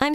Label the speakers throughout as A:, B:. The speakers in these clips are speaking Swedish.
A: I'm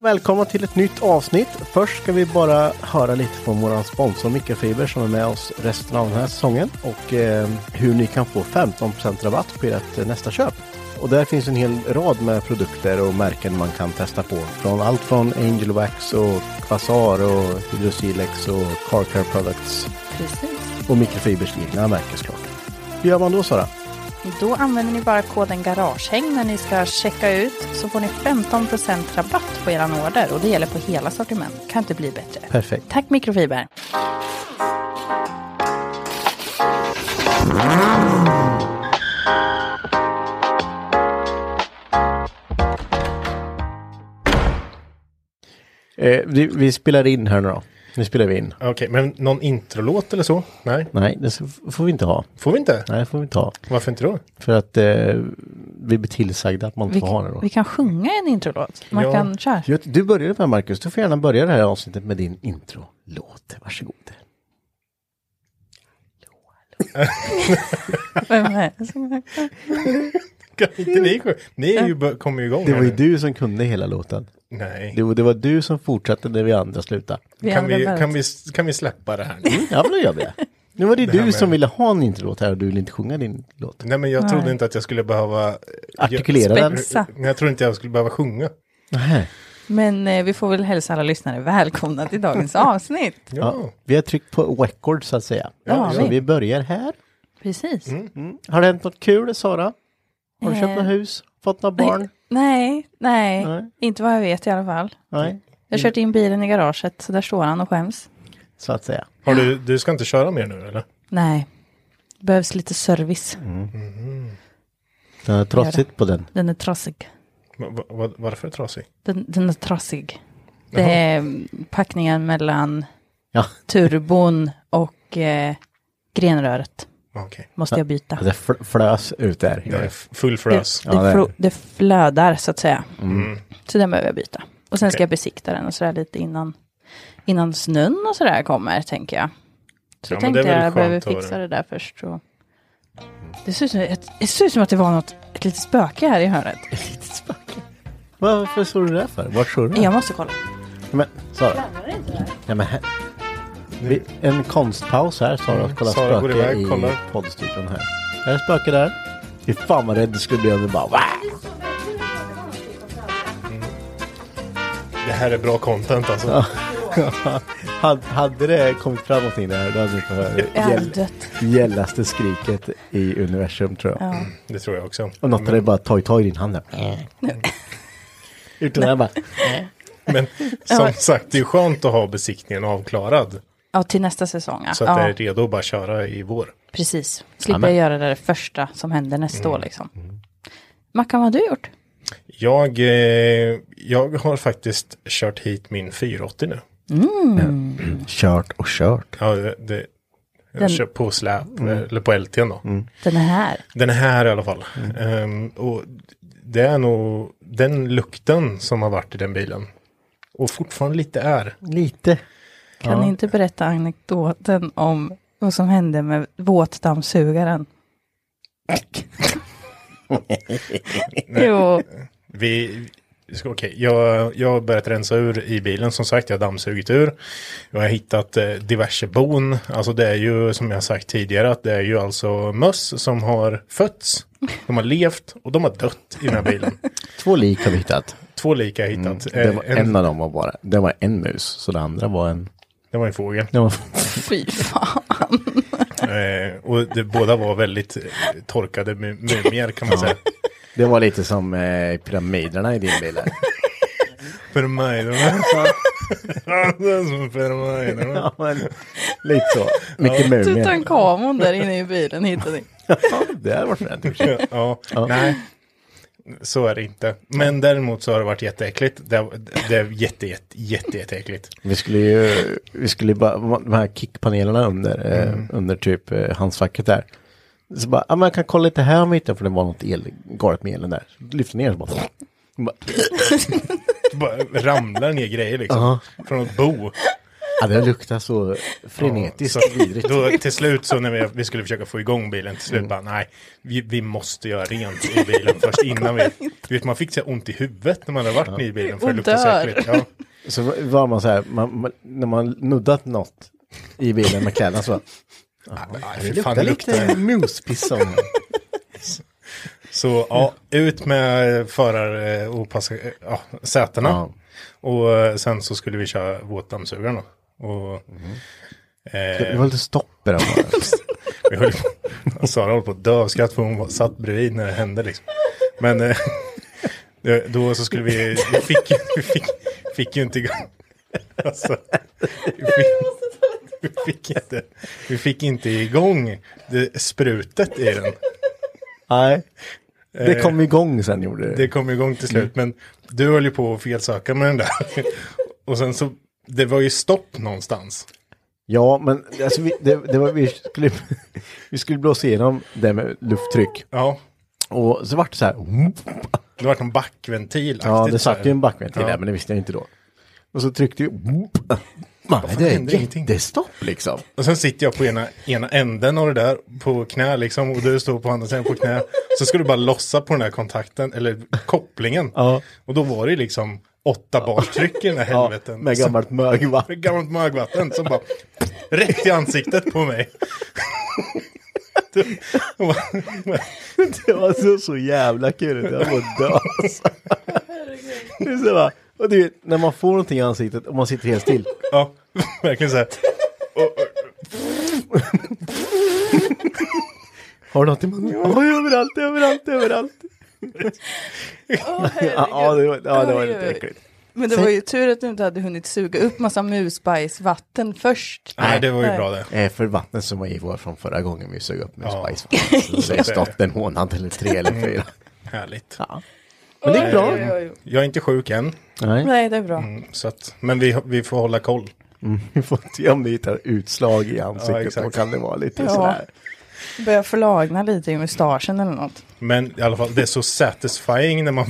B: Välkomna till ett nytt avsnitt. Först ska vi bara höra lite från våran sponsor Mikrofiber som är med oss resten av den här säsongen och eh, hur ni kan få 15% rabatt på ert eh, nästa köp. Och där finns en hel rad med produkter och märken man kan testa på. Från allt från Angel Wax och Quasar och Hydrosilex och Car Care Products
C: Precis.
B: och Mikrofibers egna märken såklart. Hur gör man då Sara?
C: Då använder ni bara koden GARAGEHÄNG när ni ska checka ut så får ni 15% rabatt på eran order och det gäller på hela sortiment. Kan inte bli bättre.
B: Perfekt.
C: Tack mikrofiber.
B: Eh, vi, vi spelar in här nu då. Nu spelar vi in.
D: Okej, men någon introlåt eller så? Nej,
B: Nej, det s- får vi inte ha.
D: får vi inte?
B: Nej, det får vi inte ha.
D: Varför inte då?
B: För att eh, vi blir tillsagda att man
C: Vi,
B: får ha det då.
C: vi kan sjunga en introlåt. Man
D: Ja.
C: kan köra.
B: Du- Du börjar med Marcus, du får gärna börja det här avsnittet med din introlåt. Varsågod.
C: Vem är det som-
D: Kan inte ni sjunga? Ni är ju, bör- kommer ju igång
B: Det var ju
D: här
B: du som kunde hela låten.
D: nu. Nej.
B: Det, var- det var du som fortsatte när vi andra slutade.
C: Vi
D: Kan vi,
C: andra
D: kan, vi, kan vi släppa det här nu?
B: Ja, men då gör vi det. Nu var det,
D: här
B: du
D: med-
B: som ville ha en introlåt här och du ville inte sjunga din låt.
D: Nej, men jag trodde inte att jag skulle behöva... eh,
B: Artikulera
D: gö-
B: den.
C: Spetsa.
D: Nej, Jag trodde inte jag skulle behöva sjunga.
B: Nej.
C: Men eh, vi får väl hälsa alla lyssnare välkomna till dagens avsnitt.
B: Ja, vi har tryckt på record så att säga.
C: Ja,
B: så
C: vi.
B: vi börjar här.
C: Precis.
B: Mm, Har det hänt något kul Sara? Har du köpt
C: Eh.
B: något hus? Fått några barn?
C: Nej, nej,
B: Nej. Mm.
C: inte vad jag vet i alla fall.
B: Nej,
C: Jag har kört in bilen i garaget, så där står han och skäms.
B: så att säga.
D: Har du, du ska inte köra mer nu eller?
C: Nej, behövs lite service.
B: Den har trotsigt på den.
C: Den är trasig.
D: Va, va, va- varför trasig?
C: Den, den är trasig. Det är mm, packningen mellan
B: Ja,
C: turbon och eh, grenröret.
D: Okej.
C: Måste jag byta.
B: det Alltså, fl- flös ut där.
D: Det är f- full
C: Det,
D: frös.
C: det,
B: Ja, det är Mm.
C: fro-
B: det.
C: det flödar så att säga.
D: Mm.
C: Så den behöver jag byta. Och sen ska jag besikta den och sådär lite innan, innan snön och sådär kommer, tänker jag. Så
D: Ja, men det
C: tänkte
D: är väl
C: jag, jag behöver
D: skönt att ha
C: fixa
D: det.
C: det där först. Och... Det, ser ut som, ett- det ser ut som att det var något, ett litet spöke här i hörnet.
B: Varför står du där för? Vart står du?
C: Jag måste kolla.
B: Men Sara. Nej, men här. Vi, en konstpaus här Sara. Mm. Kolla
D: Sara går
B: spöke
D: iväg,
B: i
D: kollar.
B: poddstudion här. Är det spöke där? Fy fan vad rädd du skulle bli om du bara "Wah!"
D: Det här är bra content alltså.
B: hade, hade det kommit fram någonting där då hade du fått höra
C: Jag hade
B: gäll-
C: dött.
B: gällaste skriket i universum tror jag.
D: Det tror jag också.
B: Och något av det bara toj toj i din hand där. Utan det här bara.
D: Men som sagt, det är skönt att ha besiktningen avklarad.
C: Ja, till nästa säsong. Ja.
D: Så att
C: ja,
D: det är redo att bara köra i vår.
C: Precis. Slipper
B: Amen.
C: jag göra det där första som händer nästa
B: Mm.
C: år liksom. Mackan, vad har du gjort?
D: Jag, eh, jag har faktiskt kört hit min 480 nu.
C: Mm.
B: Kört och kört.
D: Ja, det, det, jag
C: Den-
D: kör på släp, eller på LT'n då.
C: Den är här.
D: Den här i alla fall. Ehm, och det är nog den lukten som har varit i den bilen. Och fortfarande lite är.
E: Lite.
C: Kan ni inte berätta anekdoten om vad som hände med våtdammsugaren? jo,
D: Vi, vi ska- okej, jag, jag har börjat rensa ur i bilen som sagt, jag har dammsugit ur. Jag har hittat eh, diverse bon, alltså det är ju som jag sagt tidigare att det är ju alltså möss som har fötts, de har levt och de har dött i den här bilen.
B: Två lik har vi hittat.
D: Två lika har jag hittat.
B: Mm, Det var,
D: Eh,
B: Alltså, en av dem var bara, det var en mus, så det andra var en...
D: det var en fågel.
B: Det var,
C: fy fan.
D: Eh, och det, båda var väldigt eh, torkade mu- mumier kan man säga.
B: det var lite som eh, pyramiderna i din bil. där.
D: Pyramiderna. Det är som pyramiderna.
B: ja, men, lite så. Mycket mumier.
C: Tutankamon där inne i bilen hittade ni.
B: Ja, det hade varit fränt. i och för sig.
D: ja, nej. Så är det inte. Men däremot så har det varit jätteäckligt. Det, det är jätte, jätte, jätte, jätteäckligt.
B: Vi skulle ju, vi skulle ju bara, de här kickpanelerna under, eh, under typ eh, handskfacket där. Så bara, ja men jag kan kolla lite här om vi hittar, för det var något el, galet med elen där. Så Lyfte ner så bara, bara,
D: Det bara ramlar ner grejer liksom. Från ett bo.
B: ja det luktar så
D: Så
B: frenetiskt vidrigt.
D: då, till slut så när vi, vi skulle försöka få igång bilen, till
B: Mm.
D: slut bara nej, vi, vi måste göra rent i bilen först innan vi... Du vet man fick så här ont i huvudet när man hade varit i bilen för det
C: Och
D: luktade så
C: dör.
D: äckligt. Ja.
B: Så var man så här, man, man, när man nuddat något i bilen med kläderna så bara,
D: Fy
B: det
D: fan,
B: luktar lite muspiss om
D: Så ja, ut med förare och passag- eh, ja, sätena.
B: Ja.
D: Och eh, sen så skulle vi köra våtdammsugaren då. Och
B: Mhm.
D: eh,
B: Det var lite stopp i den bara.
D: vi höll på, Sara höll på att dö av skratt för hon var- satt bredvid när det hände liksom. Men eh, det- då så skulle vi, vi fick, ju- vi fick, fick ju inte igång. Alltså, vi, fick, vi, fick inte, vi fick inte igång det, sprutet i den.
B: Nej, det kom igång sen gjorde
D: Eh. Det
B: det.
D: kom igång till
B: Mm.
D: slut, men du höll ju på att felsöka med den där. Och sen så, det var ju stopp någonstans.
B: Ja, men alltså, vi, det, det var, vi, skulle, vi skulle blåsa igenom det med lufttryck.
D: Ja,
B: Och så vart det så här.
D: det var en backventil.
B: Ja, det satt ju en backventil
D: Ja.
B: där, men det visste jag inte då. Och så tryckte jag. Nej, det
D: händer
B: är
D: ingenting.
B: jättestopp liksom.
D: Och sen sitter jag på ena, ena änden av det där, på knä liksom, och du står på andra sidan på knä. Så ska du bara lossa på den här kontakten, eller kopplingen.
B: Ja.
D: Och då var det liksom åtta bars tryck i den här
B: Ja,
D: helveten.
B: med gammalt
D: Så-
B: mögvatten.
D: med gammalt magvatten som bara rätt i ansiktet på mig. Det var-
B: Det var så, så jävla kul. Jag var att dö. alltså. Det är så bara, och du vet, när man får någonting i ansiktet och man sitter helt still.
D: Ja, verkligen så här.
B: Har du något i munnen? Ja, överallt, överallt, överallt. Ja, ja, det var, ja, det var lite äckligt.
C: Men det var ju tur att du inte hade hunnit suga upp massa musbajsvatten först.
D: Nej, det var ju bra det.
B: Eh, för vattnet som var i var från förra gången vi sög upp med ja. spice. Så det Mm. har stått en månad eller tre eller fyra.
D: Härligt.
B: Men det är bra.
C: Oj, oj, oj.
D: Jag är inte sjuk än,
B: Nej,
C: Nej, det är bra.
B: Mm,
D: så att, men vi, vi får hålla koll.
B: vi får se om vi hittar utslag i ansiktet.
D: exakt.
B: då kan det vara lite
C: Ja.
B: sådär.
C: Börjar förlagna lite i mustaschen eller något.
D: Men i alla fall, det är så satisfying när man...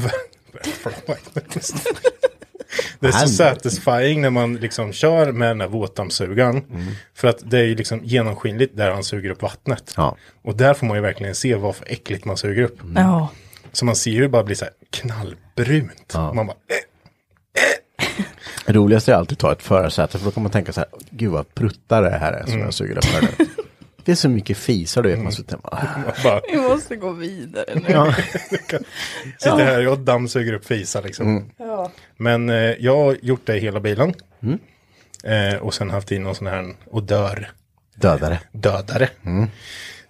D: Det är så satisfying när man liksom kör med den här våtdammsugaren. För att det är ju liksom genomskinligt där han suger upp vattnet.
B: Ja.
D: Och där får man ju verkligen se vad för äckligt man suger upp.
B: Mm.
C: Ja.
D: Så man ser ju bara bli så här knallbrunt. Man bara, eh,
B: Det roligaste är alltid att ta ett förarsäte för då kan man tänka så här, gud vad pruttar det här är som jag suger upp här nu. Det är så mycket fisar du vet, man sitter hemma. Ah.
D: "Äh!" bara
C: Vi måste gå vidare nu.
B: Ja.
D: sitter här och dammsuger upp fisar liksom.
B: Mm.
D: Men eh, jag har gjort det i hela bilen.
B: Mm.
D: Eh, och sen haft in någon sån här odör.
B: Dödare.
D: dödare.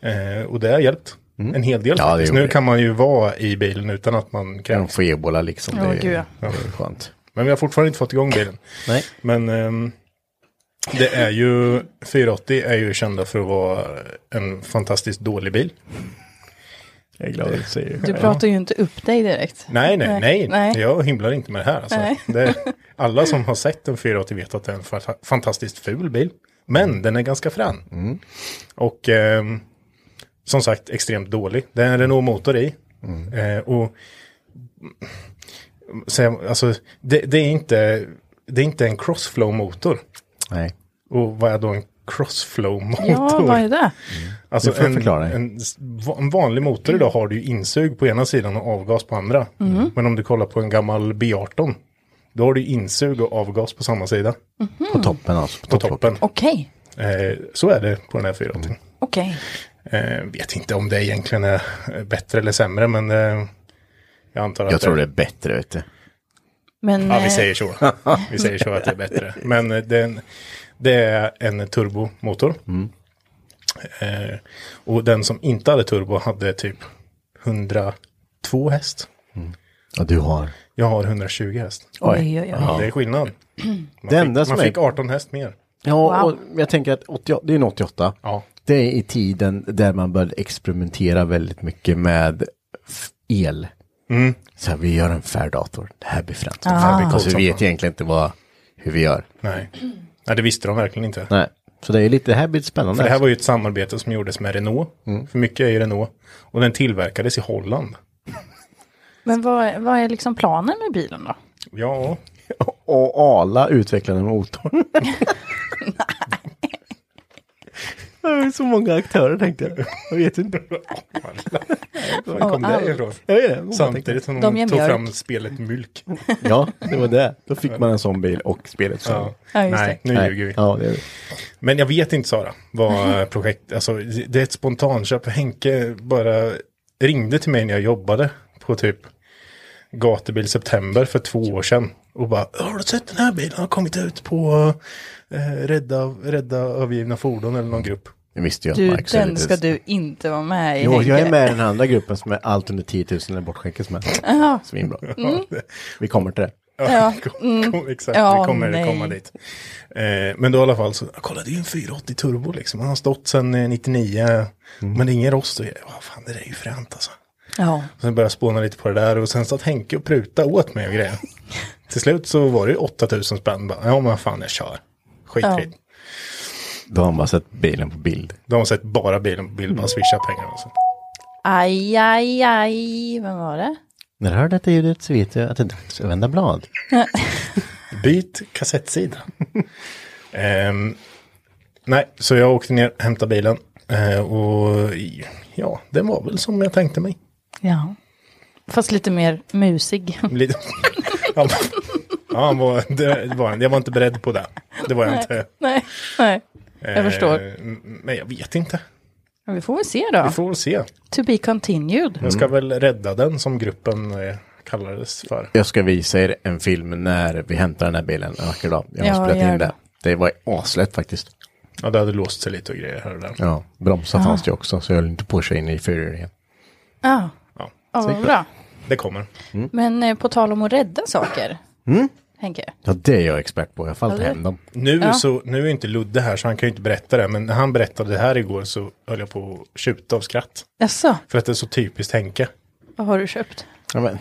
D: Eh, och det har hjälpt en hel del.
B: Mm. Ja, det
D: faktiskt.
B: gjorde
D: nu
B: det.
D: kan man ju vara i bilen utan att man
B: Kan de
D: kräks.
B: få ebola liksom. Det
C: Ja,
B: är,
C: gud, ja.
B: det är skönt.
D: Men vi har fortfarande inte fått igång bilen.
B: Nej.
D: Men ehm, det är ju, 480 är ju kända för att vara en fantastiskt dålig bil.
B: Jag är glad att du säger
C: Du pratar ju inte upp dig direkt.
D: Nej, nej, nej.
C: Nej.
D: Jag himlar inte med det här. Alltså.
C: Nej.
D: Det, alla som har sett en 480 vet att det är en fa- fantastiskt ful bil. Men den är ganska frän. Och ehm, som sagt extremt dålig. Det är en Renault motor i. Eh, och Sen, alltså, det, det, är inte, det är inte en crossflow-motor.
B: Nej.
D: Och vad är då en crossflow-motor?
C: Ja, vad är det?
D: Alltså
B: Du får
D: en,
B: förklara.
D: En, s- va- en vanlig motor idag har du ju insug på ena sidan och avgas på andra. Men om du kollar på en gammal B18, då har du insug och avgas på samma sida.
C: Mm.
B: På toppen alltså.
D: På toppen.
C: Okej,
D: Eh, så är det på den här 480.
C: okej.
B: Mm.
D: Eh, vet inte om det egentligen är eh, bättre eller sämre, men eh, jag antar att
B: Jag tror det är bättre vet du.
C: Men
D: Ja, vi
C: eh,
D: säger så. Vi säger så att det är bättre. Men eh, det är en, det är en turbomotor.
C: Mm.
D: Eh, och den som inte hade turbo hade typ 102 häst.
B: Ja, du har.
D: Jag har 120 häst.
C: oj, oj, oj.
D: Det är skillnad. Man,
B: Det
D: fick,
B: enda som
D: man
B: är-
D: fick 18 häst mer.
B: Ja, och jag tänker att 88, det är en 88.
D: Ja.
B: Det är i tiden där man började experimentera väldigt mycket med f- el. Så här, vi gör en färdator. Det här blir fränt.
C: Ah.
B: Det här blir coolt alltså,
D: som
B: vi vet
D: fan.
B: egentligen inte vad, hur vi gör.
D: Nej. Nej, det visste de verkligen inte.
B: Nej. Så det är lite, det här blir lite spännande.
D: För det här var ju ett samarbete som gjordes med Renault.
C: Mm.
D: För mycket är ju Renault. Och den tillverkades i Holland.
C: eh, Men vad, vad är liksom planen med bilen då?
D: Ja,
B: Och Ala utvecklade en motor. Nej. Det är så många aktörer tänkte jag. Jag vet inte.
D: var kom det ifrån?
B: Jag vet det.
D: Samtidigt som
C: Oh, De
D: de,
C: ger
D: tog
C: mjölk.
D: fram spelet Mylk.
B: Ja, det var det. Då fick man en sån bil och spelet. Så.
D: Ja.
C: Ja, just
D: Nej, nu
B: Nej.
D: ljuger vi.
B: Ja, det är det.
D: Men jag vet inte Sara, vad projekt, alltså det är ett spontanköp. Henke bara ringde till mig när jag jobbade på typ gatubil september för två år sedan. Och bara, har du sett den här bilen? Den har kommit ut på eh, rädda, rädda övergivna fordon eller någon grupp.
B: Jag visste ju att
C: Du,
B: Marcus hade
C: den
B: det.
C: ska du inte vara med i.
B: Jo, jag är
C: Henke.
B: med i den andra gruppen som är allt under 10 000 eller bortskänkes med. Svinbra.
C: Mm.
B: Vi kommer till det.
C: Ja. mm.
D: Kom, kom, exakt,
C: Ja,
D: vi kommer
C: nej.
D: komma dit. Eh, men då i alla fall så, kolla det är ju en 480 turbo liksom. Han har stått sedan eh, 99,
C: Mm.
D: men det är ingen rost och grejer. Vad fan, det där är ju fränt alltså.
C: Ja.
D: Sen började jag spåna lite på det där och sen satt Henke och pruta åt mig och grejer. Till slut så var det ju 8000 spänn. Bara, ja men fan jag kör. Skitfritt.
B: Då har man bara sett bilen på bild.
D: De har sett bara bilen på bild, bara swisha pengar alltså. och så.
C: Aj, aj, aj. Vem var det?
B: När du hör detta ljudet så vet du att det är dags att vända blad.
D: Byt kassettsida. Ehm, nej, så jag åkte ner, hämtade bilen. eh, och ja, den var väl som jag tänkte mig.
C: Ja. Fast lite mer musig.
D: Lite- ja, men- ja, han var, det var, han. jag var inte beredd på det. Det var jag inte.
C: nej, nej. Jag förstår.
D: Eh, m- Men jag vet inte.
C: Men vi får väl se då.
D: Vi får väl se.
C: To be continued.
D: Jag ska väl rädda den som gruppen eh, kallades för.
B: Jag ska visa er en film när vi hämtar den här bilen en vacker dag. Jag har
C: Ja,
B: spelat
C: gör
B: in
C: det.
B: det. Det var aslätt faktiskt.
D: Ja, det hade låst sig lite och grejer här och där.
B: Ja, bromsar fanns det ju också så jag höll inte på att köra in i fyrhjulingen.
C: Ja,
D: Ja,
C: ja vad bra.
D: det kommer.
C: Men eh, på tal om att rädda saker. Henke.
B: Ja, det är jag expert på. Jag får alltid hem dem.
D: Nu, så, nu är inte Ludde här så han kan ju inte berätta det. Men när han berättade det här igår så höll jag på att tjuta av skratt.
C: Jaså,
D: För att det är så typiskt Henke.
C: vad har du köpt?
B: Ja, men.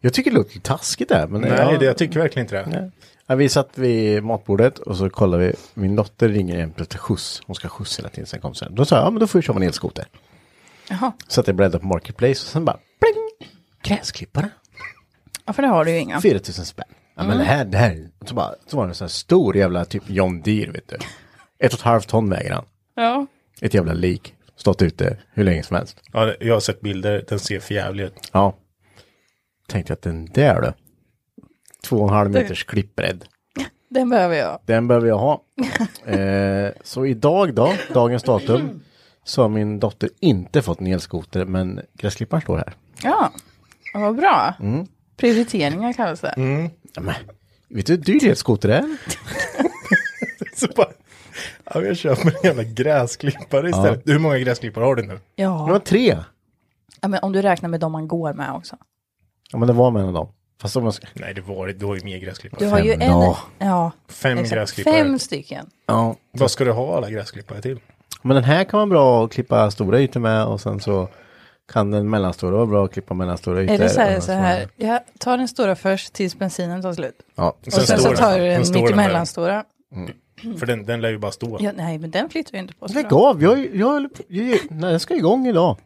B: Jag tycker det låter taskigt där. Men
D: Nej,
B: ja.
D: det, jag tycker verkligen inte det.
B: Ja, vi satt vid matbordet och så kollade vi. Min dotter ringer en plötsligt skjuts. Hon ska skjuts hela tiden sen kompisar. Då sa jag, ja men då får vi köpa en elskoter.
C: Jaha,
B: Så att jag bläddrade på Marketplace och sen bara, pling! Gräsklippare.
C: ja, för det har du ju inga.
B: 4000 spänn. Ja men det här, det här. Och Så, bara, så var det en sån här stor jävla typ John Deere vet du. Ett och ett halvt ton väger han.
C: Ja.
B: Ett jävla lik. Stått ute hur länge som helst.
D: Ja, det- jag har sett bilder, den ser förjävlig ut.
B: Ja. Tänkte att den där du. Två och en halv meters klippbredd.
C: Den behöver jag.
B: Den behöver jag ha. Eh, så idag då, dagens datum, så har min dotter inte fått en elskoter, men gräsklipparen står här.
C: Ja, ja, vad bra.
D: Mm.
C: Prioriteringar kallas det.
B: Ja, Men, vet du hur dyr elskoter är?
D: Så bara, ja, jag köper en jävla gräsklippare istället. Hur många gräsklippare har du nu?
B: Det var
C: Ja.
B: tre.
C: ja, men om du räknar med de man går med också.
B: Ja, men det var med en av dem. Fast om man ska...
D: Nej, det var det. Du har ju mer gräsklippare.
C: Du har ju
B: Fem.
C: en...
B: Ja.
C: Ja,
D: Fem
C: exakt.
D: gräsklippare.
C: Fem stycken.
B: Ja.
D: Vad ska du ha alla gräsklippare till?
B: Men den här kan vara bra att klippa stora ytor med och sen så kan den mellanstora vara bra att klippa mellanstora ytor.
C: Är det så
B: och
C: här,
B: den
C: så här, jag tar den stora först tills bensinen tar slut.
B: Ja.
C: Och sen, så
D: står
C: tar
D: den.
C: du den,
D: Den står
C: mitt
D: den där.
C: mellanstora.
D: För den, den lär ju bara stå.
C: Mm. Ja, nej, men den flyttar ju inte på sig.
B: Lägg
C: då.
B: av, jag, jag, höll på- jag, nej, den ska igång idag.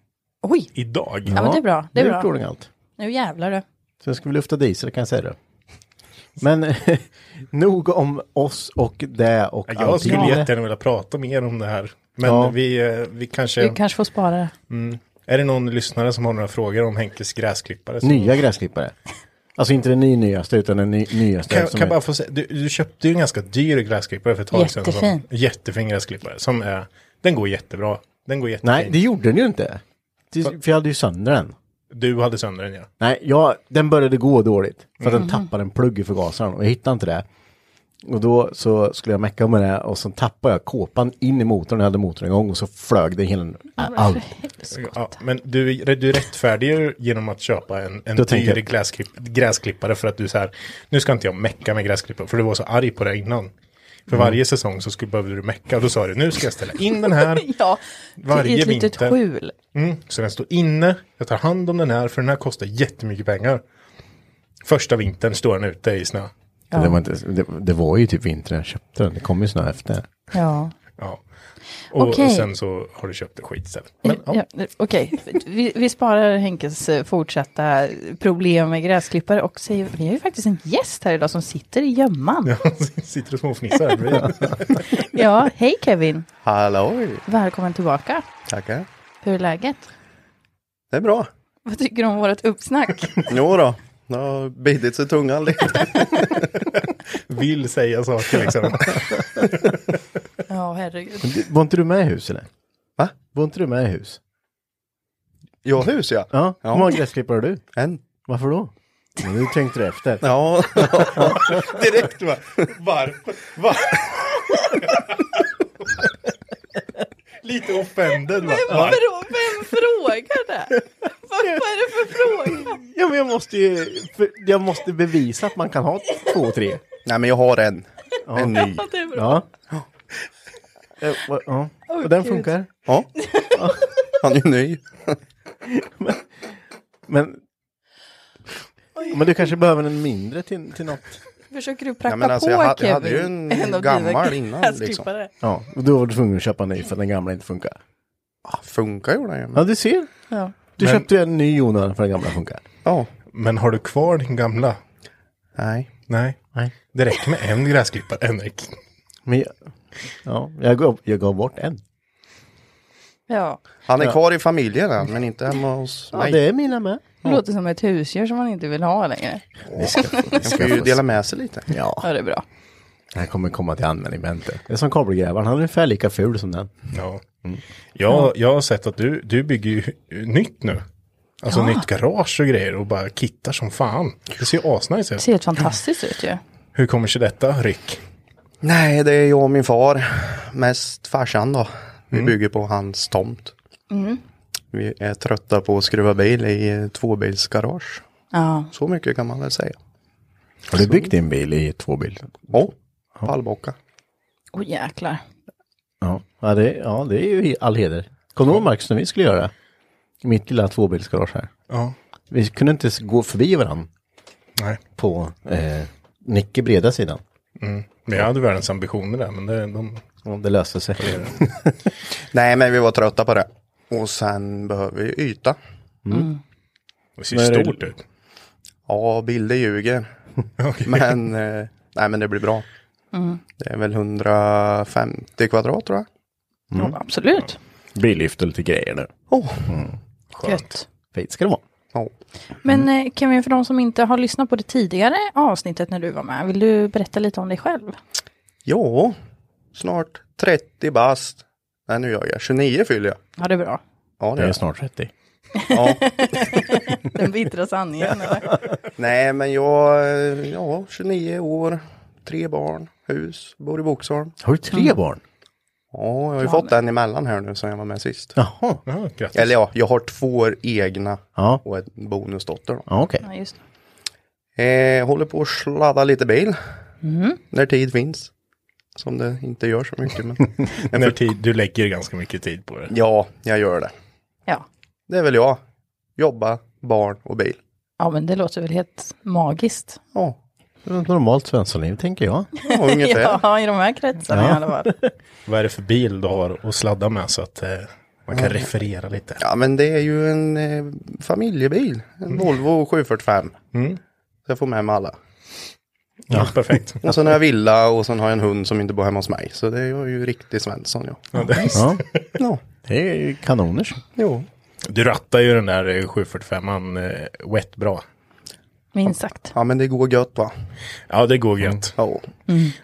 C: Oj,
D: Idag?
C: ja, men det är bra. Det är
B: Nu
C: bra.
B: gjorde den allt.
C: Nu jävlar du.
B: Sen ska vi lufta diesel kan jag säga det. Men nog om oss och det och
D: Ja,
B: allting.
D: Jag skulle jättegärna vilja prata mer om det här. Men
B: Ja.
D: vi, eh, vi kanske...
C: Du kanske får spara det.
D: Är det någon lyssnare som har några frågor om Henkes gräsklippare? så-
B: Nya gräsklippare. Alltså inte den ny nyaste utan den ny, nyaste.
D: Kan,
B: Eh, som
D: kan jag
B: är-
D: bara få säga, du, du köpte ju en ganska dyr gräsklippare för ett tag sedan.
C: Jättefin.
D: Som, jättefin gräsklippare. Som är, den går jättebra. Den går jättefin.
B: Nej, det gjorde den ju inte. Det, för jag hade ju sönder den.
D: Du hade sönder den ja.
B: Nej, jag, den började gå dåligt. För den tappade en plugg i förgasaren och jag hittade inte det. Och då så skulle jag mecka med det och sen tappade jag kåpan in i motorn. Jag hade motorn igång och så flög den hela... Allt.
D: ja. Men du, du rättfärdigar ju genom att köpa en, en
B: Då tänker
D: dyr
B: jag-
D: gräsklipp, gräsklippare för att du så här, nu ska inte jag mecka med gräsklippare för du var så arg på det innan. För
B: Mm.
D: varje säsong så skulle, behövde du mecka och då sa du nu ska jag ställa in den här.
C: Ja,
D: Varje
C: i ett litet
D: vinter.
C: skjul.
D: Mm, så den står inne, jag tar hand om den här för den här kostar jättemycket pengar. Första vintern står den ute i snö.
B: Det, var inte, det, det var ju typ vinter när jag köpte den. Det kom ju snö efter.
C: Ja.
D: Ja. Och
C: Okej.
D: sen så har du köpt en skit istället. Men, ja.
C: Ja, eh, Okej, vi, vi sparar Henkes eh, fortsatta problem med gräsklippare och säger, vi har ju faktiskt en gäst här idag som sitter i gömman. Ja,
D: Sitter och småfnissar.
C: hej Kevin,
F: Hallå!
C: välkommen tillbaka.
F: Tackar.
C: Hur är läget?
F: Det är bra.
C: Vad tycker du om vårt uppsnack?
F: Jo då, det har bitit sig i tungan lite.
D: Vill säga saker liksom.
C: Ja, herregud.
B: Men du- Var inte du med i hus eller?
F: Va?
B: Var inte du med i hus?
F: Jag hus ja.
B: Ja.
F: Ja.
B: Hur många gräsklippare har du?
F: En.
B: Varför då? Men nu tänkte du efter.
F: Ja,
D: Direkt bara, varför? Varför? Lite offended va?
C: Vadå, vem frågar det? Vad, vad är det för fråga?
B: Ja, men jag måste ju... För jag måste bevisa att man kan ha två, tre.
F: nej men jag har en. En ny.
C: Det är bra.
B: Ja. Eh, va- ja. Och den
C: Gud.
B: funkar.
F: Ja. Han är ny.
B: Men... Men du kanske behöver en mindre till, till något.
C: Försöker du
F: Ja,
C: pracka
F: men alltså,
C: på
F: jag hade-
C: Kevin?
F: jag hade ju en
C: av
F: gammal
C: dina
F: innan, liksom.
C: gräsklippare?
B: Ja, och då var du tvungen att köpa en ny för att den gamla inte funkar.
F: Ah, Funkar gjorde han ju.
B: Ja,
F: men-
B: du ser.
C: Ja.
B: Du köpte ju en ny i onödan för den gamla funkar.
F: Ja.
D: Men har du kvar din gamla?
F: Nej.
D: Nej.
B: Nej.
D: Det räcker med en gräsklippare, Henrik.
B: Men jag, ja, jag, gav, jag gav bort en.
C: Ja.
F: Han är kvar i familjen än, men inte hemma hos
B: Ja,
F: mig.
B: det är mina med.
C: Det låter som ett husdjur som man inte vill ha längre.
F: Han får ju dela med sig lite.
B: Ja,
C: Ja, det är bra.
B: den här kommer komma till användning, men inte. Det är som kabelgrävaren, han är ungefär lika ful som den.
D: Ja. Jag, jag har sett att du, du bygger ju nytt nu. Alltså nytt garage och grejer och bara kittar som fan. Det ser ju asnice
C: Det
D: ut.
C: ser helt fantastiskt ut ju.
D: Hur kommer sig detta, Rick?
F: Nej, det är jag och min far. Mest farsan då. Vi
D: Mm.
F: bygger på hans tomt. Vi är trötta på att skruva bil i eh, tvåbilsgarage.
C: Ja.
F: Så mycket kan man väl säga.
B: Har du byggt din bil i två bil?
F: Ja, pallbocka.
C: Åh jäklar.
B: Ja, ja, det, ja det är ju all heder. Kommer du ihåg Marcus när vi skulle göra? i Mitt lilla tvåbilsgarage här.
D: Ja.
B: Vi kunde inte s- gå förbi varandra
D: Nej.
B: på eh, Nicke breda sidan.
D: Men jag hade världens ambitioner där, men det, de...
B: Och det löste sig.
F: Nej, men vi var trötta på det. Och sen behöver vi yta.
D: Det ser ju stort ut.
F: Ja, bilder ljuger. Men, eh, nej, men det blir bra. Det är väl 150 kvadrat tror jag. Mm.
C: Jo, absolut.
B: Billyft och lite grejer nu.
F: Oh.
C: Gött.
B: Fint ska det vara.
F: Ja.
C: Men
F: Mm.
C: eh, Kevin, för de som inte har lyssnat på det tidigare avsnittet när du var med, vill du berätta lite om dig själv?
F: ja, snart 30 bast. Nej, nu gör jag 29 fyller jag.
C: Ja, det är bra.
F: Ja, det
B: Jag
F: är
B: är
F: jag.
B: snart 30.
F: ja.
C: Den bittra sanningen. eller?
F: Nej, men jag, eh, ja, 29 år, tre barn, hus, bor i Boxholm.
B: Har du tre barn?
F: Ja, jag har ju fått en emellan här nu sen jag var med sist.
B: Jaha.
D: Ja, grattis.
F: Eller ja, jag har två egna
B: Ja,
F: och en bonusdotter. Då.
B: ja okej.
C: Ja, just det.
F: Eh, håller på att sladda lite bil. När tid finns. Som det inte gör så mycket. Men...
D: Men för tid, du lägger ju ganska mycket tid på det.
F: ja, jag gör det.
C: Ja.
F: Det är väl jag. Jobba, barn och bil.
C: ja, men det låter väl helt magiskt.
F: Ja,
B: Det är ett normalt svenssonliv tänker jag.
F: ja ungefär.
C: Ja, i de här kretsarna i alla fall.
D: Vad är det för bil du har att sladda med så att eh,
G: Man kan referera lite.
D: Ja, men det är ju en eh, familjebil. En Volvo 745. Så jag får med mig alla.
G: Ja, perfekt.
D: Och sen har jag villa och sen har jag en hund som inte bor hemma hos mig. Så det är ju riktigt Svensson ja.
B: Ja,
D: Ja,
B: det är ju kanoners.
D: jo.
G: Du rattar ju den där eh, 745an eh, wet bra.
C: Minst sagt.
D: Ja, men det går gött va?
G: Ja, det går gött.
D: Mm. Ja.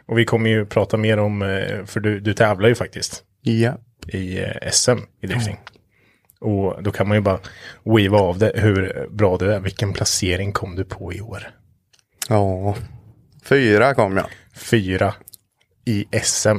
G: Och vi kommer ju prata mer om, eh, för du, du tävlar ju faktiskt
D: Ja.
G: i eh, SM i drifting. Och då kan man ju bara weava av det hur bra du är. Vilken placering kom du på i år?
D: Ja. Fyra kom jag. Mm.
G: Fyra i SM.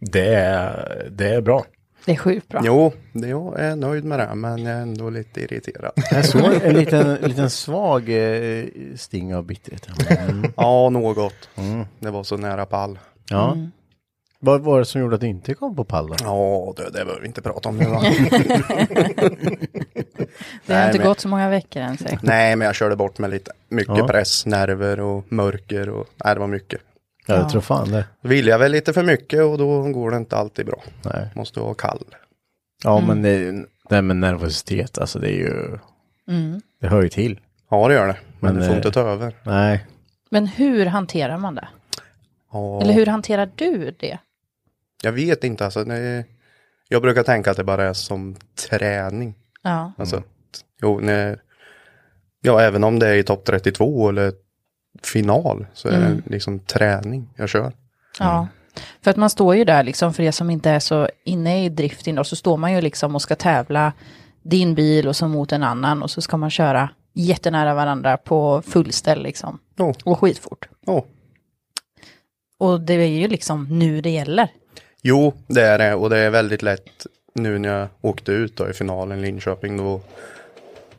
G: Det, är, det är bra.
C: Det är sjukt bra.
D: Jo, det- jag är nöjd med det, men jag är ändå lite irriterad.
B: Jag såg en liten, en liten svag eh, sting av bitterhet. Mm.
D: ja, något.
G: Mm.
D: Det var så nära pall.
B: Ja. Vad var det som gjorde att du inte kom på pallen?
D: Ja, det, det behöver vi inte prata om nu va?
C: det har
D: nej,
C: inte
D: men-
C: gått så många veckor än säkert.
D: Nej, men jag körde bort mig lite. Mycket
B: Ja.
D: press, nerver och mörker och nej, det var mycket.
B: Ja, jag tror fan det.
D: Vill jag väl lite för mycket och då går det inte alltid bra.
B: Nej.
D: Måste vara kall.
B: Ja, men det, det här med nervositet, alltså det är ju... Det hör ju till.
D: Ja, det gör det.
B: Men,
D: Men, det får
B: eh,
D: inte ta över.
B: Nej.
C: Men hur hanterar man det?
D: Ja,
C: Eller hur hanterar du det?
D: Jag vet inte alltså. Det, jag brukar tänka att det bara är som träning.
C: Ja.
D: Alltså, t- jo, när, ja, även om det är i topp 32 eller final så är det liksom träning jag kör.
C: Mm.
D: Mm.
C: Ja, för att man står ju där liksom, för er som inte är så inne i drifting då, så står man ju liksom och ska tävla din bil och så mot en annan och så ska man köra jättenära varandra på fullställ liksom.
D: Ja,
C: Och skitfort.
D: ja.
C: Och det är ju liksom nu det gäller.
D: Jo, det är det och det är väldigt lätt nu när jag åkte ut då, i finalen i Linköping. Då,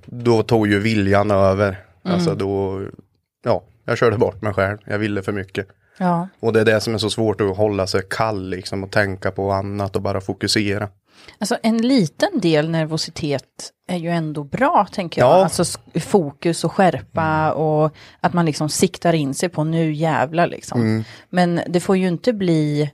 D: då tog ju viljan över. Alltså då, ja, jag körde bort mig själv. Jag ville för mycket.
C: Ja.
D: Och det är det som är så svårt att hålla sig kall liksom och tänka på annat och bara fokusera.
C: Alltså en liten del nervositet är ju ändå bra, tänker jag.
D: Ja.
C: Alltså sk- fokus och skärpa och att man liksom siktar in sig på nu jävlar liksom.
D: Mm.
C: Men det får ju inte bli,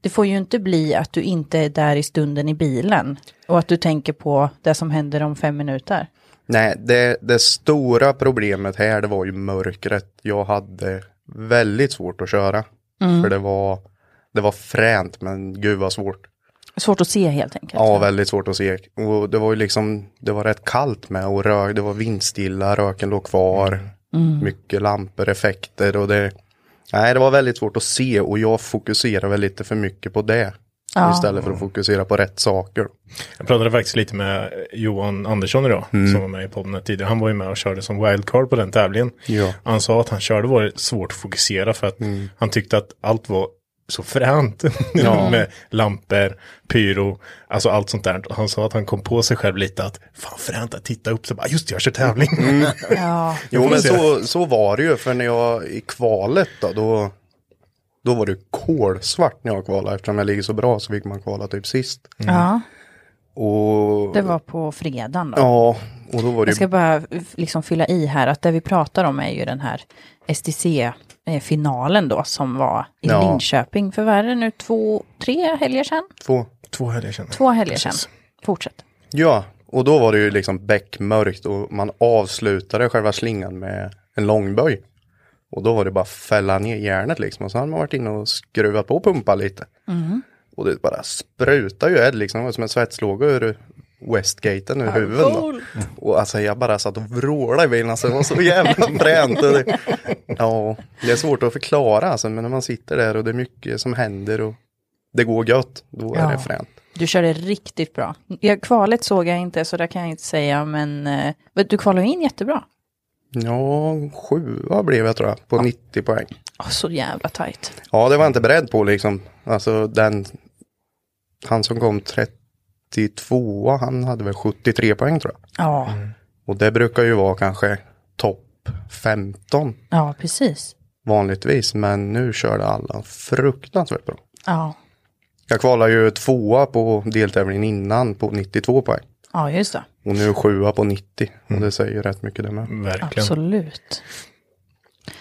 C: det får ju inte bli att du inte är där i stunden i bilen och att du tänker på det som händer om fem minuter.
D: Nej, det, det stora problemet här det var ju mörkret. Jag hade väldigt svårt att köra. För det var, det var fränt men gud vad svårt.
C: Svårt att se helt enkelt.
D: Ja, väldigt svårt att se. Och det var ju liksom, det var rätt kallt med och rök, det var vindstilla, röken låg kvar.
G: Mm.
D: Mycket lampor, effekter och det, nej det var väldigt svårt att se och jag fokuserade väl lite för mycket på det. Istället för att fokusera på rätt saker.
G: Jag pratade faktiskt lite med Johan Andersson idag,
D: Mm.
G: som var med i podden här tidigare. Han var ju med och körde som wildcard på den tävlingen.
D: Ja. Mm.
G: Han sa att han körde var svårt att fokusera för att han tyckte att allt var så fränt med lampor, pyro, alltså allt sånt där. Och Han sa att han kom på sig själv lite att fan fränt att titta upp så bara "Ah, just det, jag kör tävling.
C: Ja.
D: Jo men så, så var det ju för när jag i kvalet då, då, då var det kolsvart när jag kvalade eftersom jag ligger så bra så fick man kvala typ sist.
C: ja,
D: Och
C: det var på fredagen då.
D: ja, och då var det
C: Jag ska
D: ju,
C: bara f- liksom fylla i här att det vi pratar om är ju den här STC-finalen eh, då som var i
D: Ja.
C: Linköping för vad är det nu två, tre helger sedan?
D: två,
G: Två helger sedan.
C: Två helger sedan.
G: Precis.
C: Fortsätt.
D: ja, och då var det ju liksom beckmörkt och man avslutade själva slingan med en långböj. Och då var det bara att fälla ner järnet liksom och så hade man varit inne och skruvat på och pumpa lite. Och det bara sprutar ju eld liksom, det var som en svetslåga ur Westgaten ur huvudet. då. Och alltså jag bara satt och vrålade i bilen, alltså det var så jävla fränt. Och det- Ja, det är svårt att förklara alltså, men när man sitter där och det är mycket som händer och det går gött, då är
C: Ja.
D: det fränt.
C: Du körde riktigt bra. Ja, kvalet såg jag inte så där kan jag inte säga men eh, men du kvalade ju in jättebra.
D: Ja, sjua blev jag tror jag, på 90 poäng.
C: Åh, så jävla tajt.
D: Ja, det var jag inte beredd på liksom. Alltså den, han som kom 32, han hade väl 73 poäng tror jag.
C: Ja,
G: Mm.
D: Och det brukar ju vara kanske topp 15
C: ja precis.
D: vanligtvis, men nu körde alla fruktansvärt bra.
C: Ja.
D: Jag kvalade ju tvåa på deltävlingen innan på 92 poäng.
C: ja, just det.
D: Och nu sjua på 90. Och
B: Mm.
D: det säger ju rätt mycket det med.
G: Verkligen.
C: Absolut.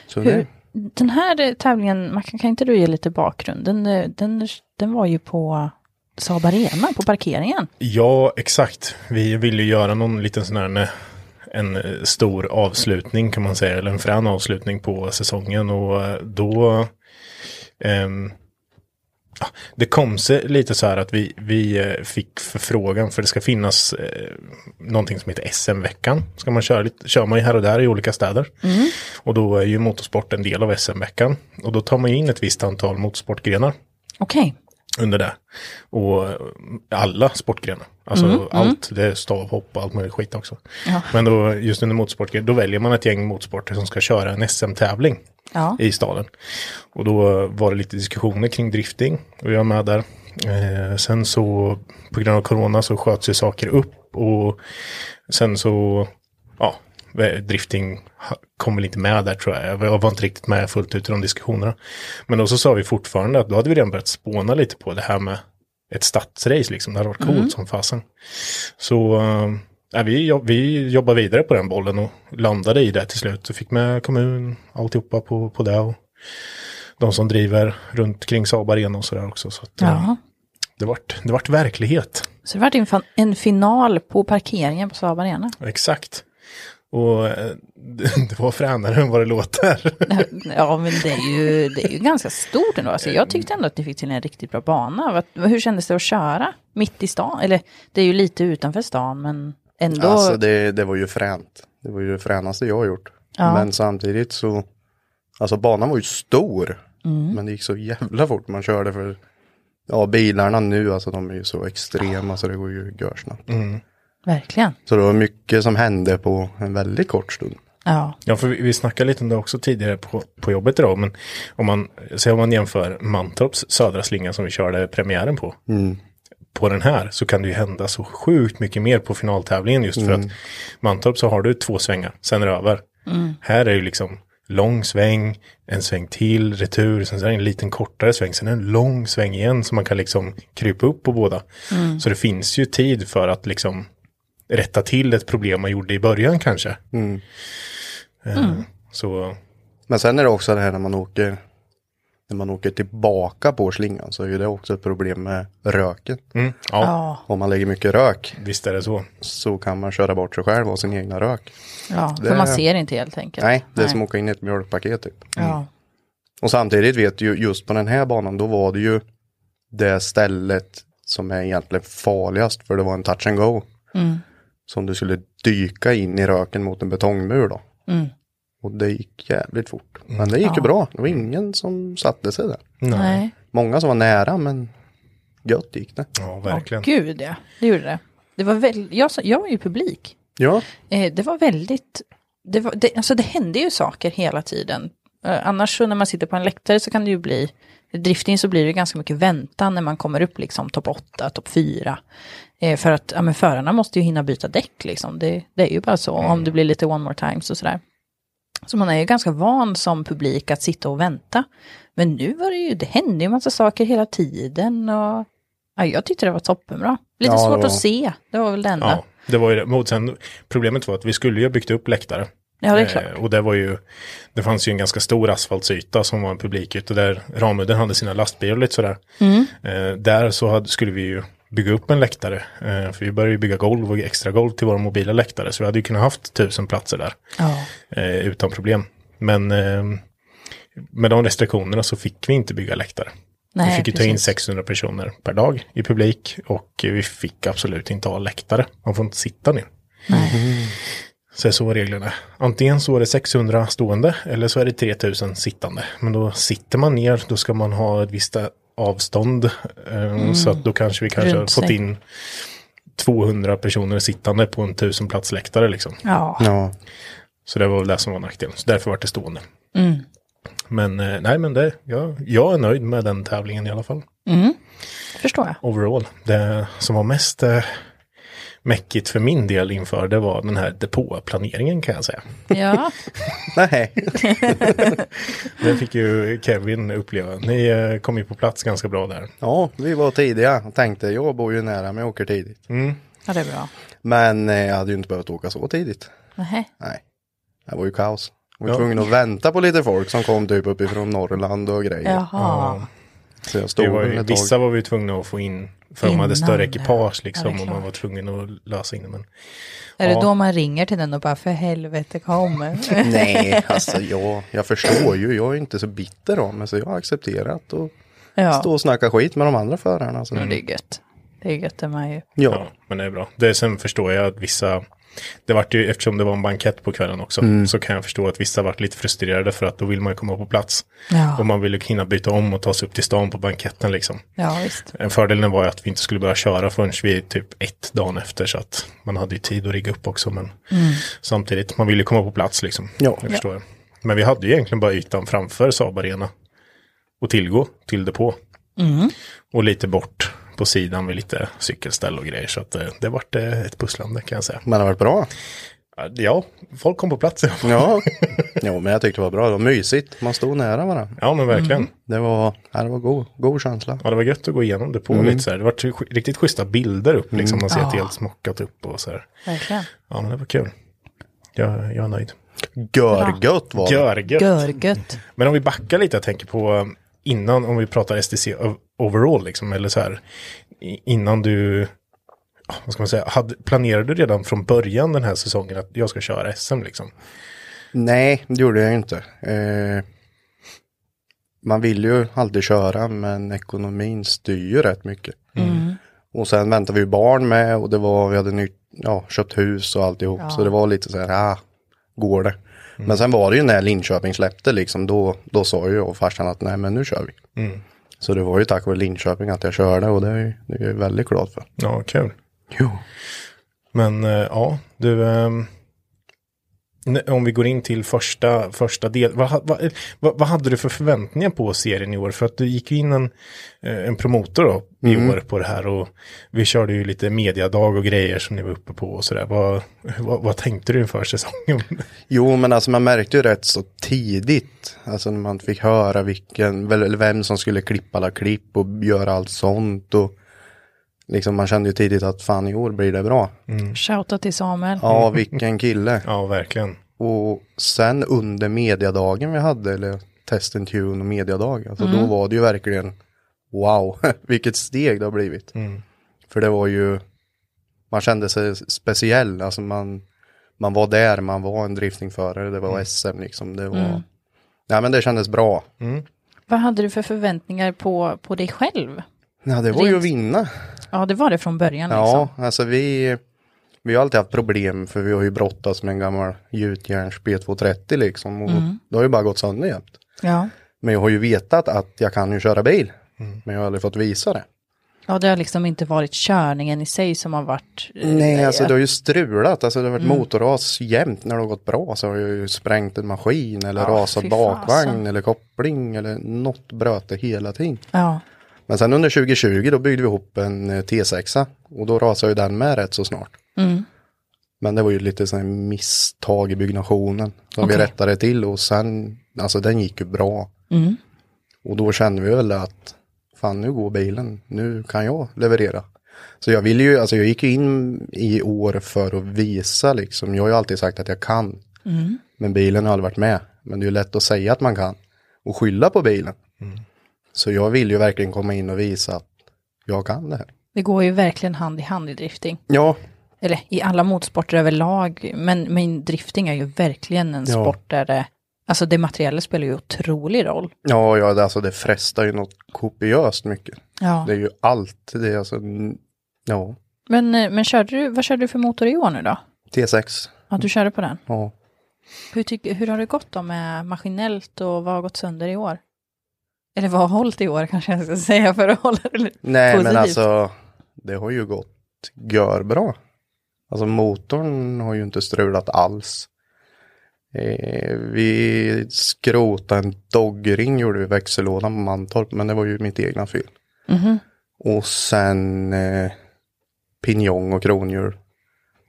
D: Så
C: Hur,
D: det,
C: den här eh, tävlingen, Mackan, kan inte du ge lite bakgrund? Den, eh, den, den var ju på Saab Arena på parkeringen.
B: Ja, exakt. Vi vill ju göra någon liten sån här eh, en eh, stor avslutning kan man säga, eller en frän avslutning på säsongen och eh, då ehm, ja, det kom sig lite så här att vi, vi eh, fick förfrågan för det ska finnas eh, någonting som heter SM-veckan. Ska man köra lite, kör man ju här och där i olika städer. Och då är ju motorsport en del av SM-veckan. Och då tar man ju in ett visst antal motorsportgrenar
C: Okej.
B: under det. Och eh, alla sportgrenar. Alltså allt, det är stavhopp och allt möjligt skit också. Men då just under motorsportgrenar, då väljer man ett gäng motorsporter som ska köra en SM-tävling
C: Ja.
B: i staden. Och då var det lite diskussioner kring drifting och jag var med där. Eh, sen så på grund av corona så sköts ju saker upp och sen så, ja, drifting ha- kom väl inte med där tror jag. Jag var inte riktigt med fullt ut i de diskussionerna. Men då så sa vi fortfarande att då hade vi redan börjat spåna lite på det här med ett stadsrace liksom. Det hade varit coolt som fasen. Så eh, ja, vi, jobb, vi jobbar vidare på den bollen och landade i det till slut. Så fick med kommun, alltihopa på, på det och de som driver runt kring Saab Arena och sådär också. Så att, eh,
C: Jaha.
B: det, vart, det vart verklighet.
C: Så det vart en, fan- en final på parkeringen på Saab Arena.
B: Exakt. Och eh, det, det var fränare än vad det låter.
C: Ja, men det är ju, det är ju ganska stort ändå. Alltså, jag tyckte ändå att ni fick till en riktigt bra bana. Vad- Hur kändes det att köra mitt i stan? Eller det är ju lite utanför stan, men ändå.
D: Alltså det, det var ju fränt. Det var ju det fränaste jag har gjort.
C: Ja.
D: Men samtidigt så, alltså banan var ju stor. Men det gick så jävla fort man körde för, ja bilarna nu alltså de är ju så extrema så det går ju görsnabbt.
B: Mm.
C: Verkligen.
D: Så det var mycket som hände på en väldigt kort stund.
C: Ja.
B: Ja, för vi, vi snackade lite om det också tidigare på, på jobbet idag. Men om man, säg om man jämför Mantorps södra slinga som vi körde premiären på. På den här så kan det ju hända så sjukt mycket mer på finaltävlingen just för att Mantorp så har du två svängar, sen är det över. Här är ju liksom lång sväng, en sväng till, retur, sen så är det en liten kortare sväng, sen är det en lång sväng igen så man kan liksom krypa upp på båda. Så det finns ju tid för att liksom rätta till ett problem man gjorde i början kanske. Ehm, Så
D: Men sen är det också det här när man åker, när man åker tillbaka på slingan så är ju det också ett problem med röken.
B: Mm, ja,
D: Om man lägger mycket rök
B: visst är det så.
D: så kan man köra bort sig själv och sin egna rök.
C: ja för
D: Det-
C: man ser inte helt enkelt.
D: Nej, det är som att åka in i ett mjölkpaket typ.
C: Ja.
D: Och samtidigt vet ju just på den här banan, då var det ju det stället som är egentligen farligast, för det var en touch and go. Som du skulle dyka in i röken mot en betongmur då. Och det gick jävligt fort. Men det gick ju bra, det var ingen som satte sig där.
C: Nej.
D: Många som var nära, men gött gick det.
B: Ja,
C: Åh,
B: verkligen.
C: gud ja, det gjorde det. det var väl, jag, sa- jag var ju publik.
D: Ja,
C: Eh, det var väldigt, det, var, det, alltså det hände ju saker hela tiden. Eh, annars så när man sitter på en läktare så kan det ju bli, i drifting så blir det ganska mycket väntan när man kommer upp liksom topp 8, topp 4. Eh, för att ja, men förarna måste ju hinna byta däck liksom, det, det är ju bara så
D: Mm.
C: om det blir lite one more times och sådär. Så man är ju ganska van som publik att sitta och vänta. Men nu var det ju, det hände ju massa saker hela tiden och ja, jag tyckte det var toppenbra. Lite
D: Ja, det
C: svårt
D: var-
C: att se, det var väl det enda.
B: Ja,
C: Ja,
B: det var ju det. Mot sen, problemet var att vi skulle ju ha byggt upp läktare.
C: det är klart.
B: Eh, och det var ju, det fanns ju en ganska stor asfaltsyta som var en publikyta där Ramudden hade sina lastbilar och lite sådär. Eh, där så hade, skulle vi ju bygga upp en läktare. Eh, för vi började ju bygga golv och extra golv till våra mobila läktare. Så vi hade ju kunnat haft tusen platser där.
C: Ja.
B: eh, utan problem. Men eh, med de restriktionerna så fick vi inte bygga läktare. vi
C: Nej,
B: fick ju ta in
C: precis.
B: 600 personer per dag i publik och eh, vi fick absolut inte ha läktare. Man får inte sitta ner. Så är så reglerna. är. Antingen så är det 600 stående eller så är det 3000 sittande. Men då sitter man ner, då ska man ha ett visst avstånd. eh, Så att då kanske vi kanske har
C: Runt sig.
B: fått in 200 personer sittande på en 1000 plats läktare liksom.
C: Ja,
D: ja.
B: Så det var väl det som var nackdelen. Så därför var det stående. Men eh, nej, men det, jag, jag är nöjd med den tävlingen i alla fall.
C: det förstår jag.
B: Overall. Det som var mest eh, mäckigt för min del inför det var den här depåplaneringen kan jag säga.
C: Ja,
D: nej.
B: Det fick ju Kevin uppleva. Ni eh, kom ju på plats ganska bra där.
D: Ja, vi var tidiga och tänkte jag bor ju nära men jag åker tidigt.
C: ja det är bra.
D: Men eh, jag hade ju inte behövt åka så tidigt.
C: Nähä.
D: Nej, det var ju kaos. Vi var
B: Ja.
D: tvungna att vänta på lite folk som kom typ uppifrån Norrland och grejer.
C: Jaha.
D: Så jag stod
G: Det var
D: väl
G: ju,
D: ett tag.
G: vissa var vi ju tvungna att få in. För de hade
C: Innan
G: större
C: det.
G: ekipage
C: Ja,
G: liksom.
C: det är
G: och man
C: klart.
G: var tvungen att lösa in det. Men
C: Är
G: Ja.
C: det då man ringer till den och bara för helvete kom?
D: Nej, alltså jag, jag förstår ju. Jag är inte så bitter av mig så jag har accepterat och
C: ja.
D: stå och snacka skit med de andra förarna. Så.
C: Men Det är gött. Det är gött det med ju.
D: Ja,
G: Ja, men det är bra. Det, sen förstår jag att vissa, det vart ju, eftersom det var en bankett på kvällen också,
D: Mm.
G: så kan jag förstå att vissa vart lite frustrerade för att då vill man ju komma på plats.
C: Ja.
G: Och man vill ju hinna byta om och ta sig upp till stan på banketten liksom.
C: Ja visst.
G: En fördelen var ju att vi inte skulle börja köra förrän vi typ ett dagen efter så att man hade ju tid att rigga upp också. Men samtidigt, man vill ju komma på plats liksom.
D: Ja.
G: Jag förstår det. Men vi hade ju egentligen bara ytan framför Saab Arena och tillgå till depå. Och lite bort på sidan vid lite cykelställ och grejer. Så att det, det vart eh, ett pusslande kan jag säga.
D: men det har varit bra.
G: Ja, folk kom på plats.
D: Ja, jo, men jag tyckte det var bra. Det var mysigt. Man stod nära varandra. Mm.
G: Ja, men verkligen.
D: Det var, ja, det var god, god känsla.
G: Ja, det var gött att gå igenom depån lite så här. Det vart ju sk- riktigt schyssta bilder upp liksom. Man ser att det är helt smockat upp och så här.
C: Verkligen.
G: Ja, men det var kul. Jag, jag är nöjd.
D: Görgött var det.
G: Görgött.
C: Görgött.
G: Men om vi backar lite, jag tänker på um, innan, om vi pratar STC o- overall, liksom, eller så här, i- innan du, ah, vad ska man säga, hade, planerade du redan från början den här säsongen att jag ska köra SM liksom?
D: Nej, det gjorde jag inte. Eh, man vill ju alltid köra, men ekonomin styr ju rätt mycket. Och sen väntade vi ju barn med och det var, vi hade nytt, ja, köpt hus och alltihop. Så det var lite så här, ah, går det?
G: Mm.
D: Men sen var det ju när Linköping släppte liksom, då, då sa ju jag och farsan att nej men nu kör vi.
G: Mm.
D: Så det var ju tack vare Linköping att jag körde och det är, ju- det är jag väldigt glad för.
G: Ja, kul.
D: Jo.
G: Men eh, ja, du, ehm, n- om vi går in till första, första del, vad, ha- vad, eh, vad, vad hade du för förväntningar på serien i år? För att du gick ju in en, eh, en promotor då, i
B: Mm.
G: år på det här och vi körde ju lite mediadag och grejer som ni var uppe på och sådär. Vad, vad, vad tänkte du inför säsongen?
D: Jo, men alltså man märkte ju rätt så tidigt, alltså när man fick höra vilken, väl- eller vem som skulle klippa alla klipp och göra allt sånt och liksom man kände ju tidigt att fan i år blir det bra.
C: Shoutout till Samuel.
D: Ja, vilken kille.
G: ja, verkligen.
D: Och sen under mediadagen vi hade, eller test and tune och mediadag, alltså då var det ju verkligen wow, vilket steg det har blivit. För det var ju, man kände sig speciell, alltså man, man var där, man var en driftingförare, det var SM liksom, det var, nej men det kändes bra.
C: Vad hade du för förväntningar på, på dig själv?
D: Ja, det var ju
C: Rent-
D: att vinna.
C: Ja, det var det från början liksom.
D: Ja, alltså vi, vi har alltid haft problem för vi har ju brottats med en gammal gjutjärns B230 liksom och det har ju bara gått sönder jämt.
C: Ja.
D: Men jag har ju vetat att jag kan ju köra bil. Men jag har aldrig fått visa det.
C: Ja, det har liksom inte varit körningen i sig som har varit... eh,
D: Nej, alltså det har ju strulat. Alltså det har varit
C: Mm.
D: motorras jämt när det har gått bra. Så har jag ju sprängt en maskin eller rasat
C: fy
D: bakvagn
C: fasen.
D: eller koppling eller något bröt det hela tiden.
C: Ja,
D: Men sen under 2020 då byggde vi ihop en eh, T6 och då rasade ju den med rätt så snart. Men det var ju lite sån här misstag i byggnationen som vi
C: Okej.
D: rättade till och sen, alltså den gick ju bra. Och då kände vi väl att fan nu går bilen, nu kan jag leverera. Så jag ville ju, alltså jag gick ju in i år för att visa liksom, jag har ju alltid sagt att jag kan. Men bilen har aldrig varit med. Men det är ju lätt att säga att man kan och skylla på bilen. Så jag vill ju verkligen komma in och visa att jag kan det här.
C: det går ju verkligen hand i hand i drifting.
D: Ja,
C: Eller i alla motorsporter överlag, men, men drifting är ju verkligen en
D: Ja.
C: sport där det... Alltså det materiella spelar ju otrolig roll.
D: ja, ja det, alltså det frestar ju något kopiöst mycket.
C: Ja.
D: Det är ju allt, det är alltså, mm, ja,
C: Men, eh, men körde du, vad körde du för motor i år nu då?
D: T6.
C: Ja, du körde på den.
D: Ja.
C: Hur, tyck, hur har det gått då med maskinellt och vad har gått sönder i år? Eller vad har hållit i år kanske jag ska säga för att hålla det lite
D: Nej,
C: positivt.
D: men alltså det har ju gått görbra. Alltså motorn har ju inte strulat alls. Eh, vi skrotade en doggring gjorde vi i växellådan på Mantorp, men det var ju mitt egna fel. Och sen eh, pinjong och kronhjul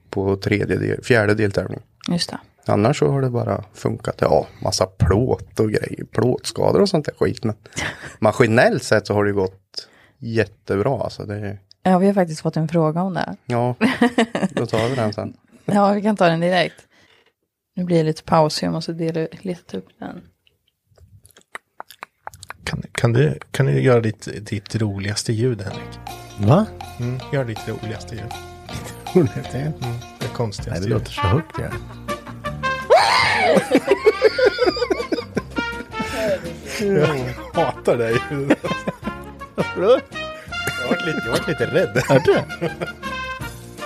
D: på tredje del, fjärde deltävling.
C: Just det.
D: Annars så har det bara funkat, ja, massa plåt och grejer, plåtskador och sånt där skit. Men maskinellt sett så har det ju gått jättebra alltså. Det,
C: Ja, vi har faktiskt fått en fråga om det.
D: ja, då tar vi den sen.
C: Ja, vi kan ta den direkt. Nu blir det lite paus, så jag måste dela, leta upp den.
G: Kan, kan, du, kan du göra ditt, ditt roligaste ljud, Henrik?
B: Va?
G: Mm, gör ditt roligaste ljud. Mm,
B: Nej,
G: Det konstigaste
B: det
G: ljudet.
B: låter så högt det här.
G: Jag hatar dig. Jag vart lite, jag vart lite rädd.
B: Hörde du det?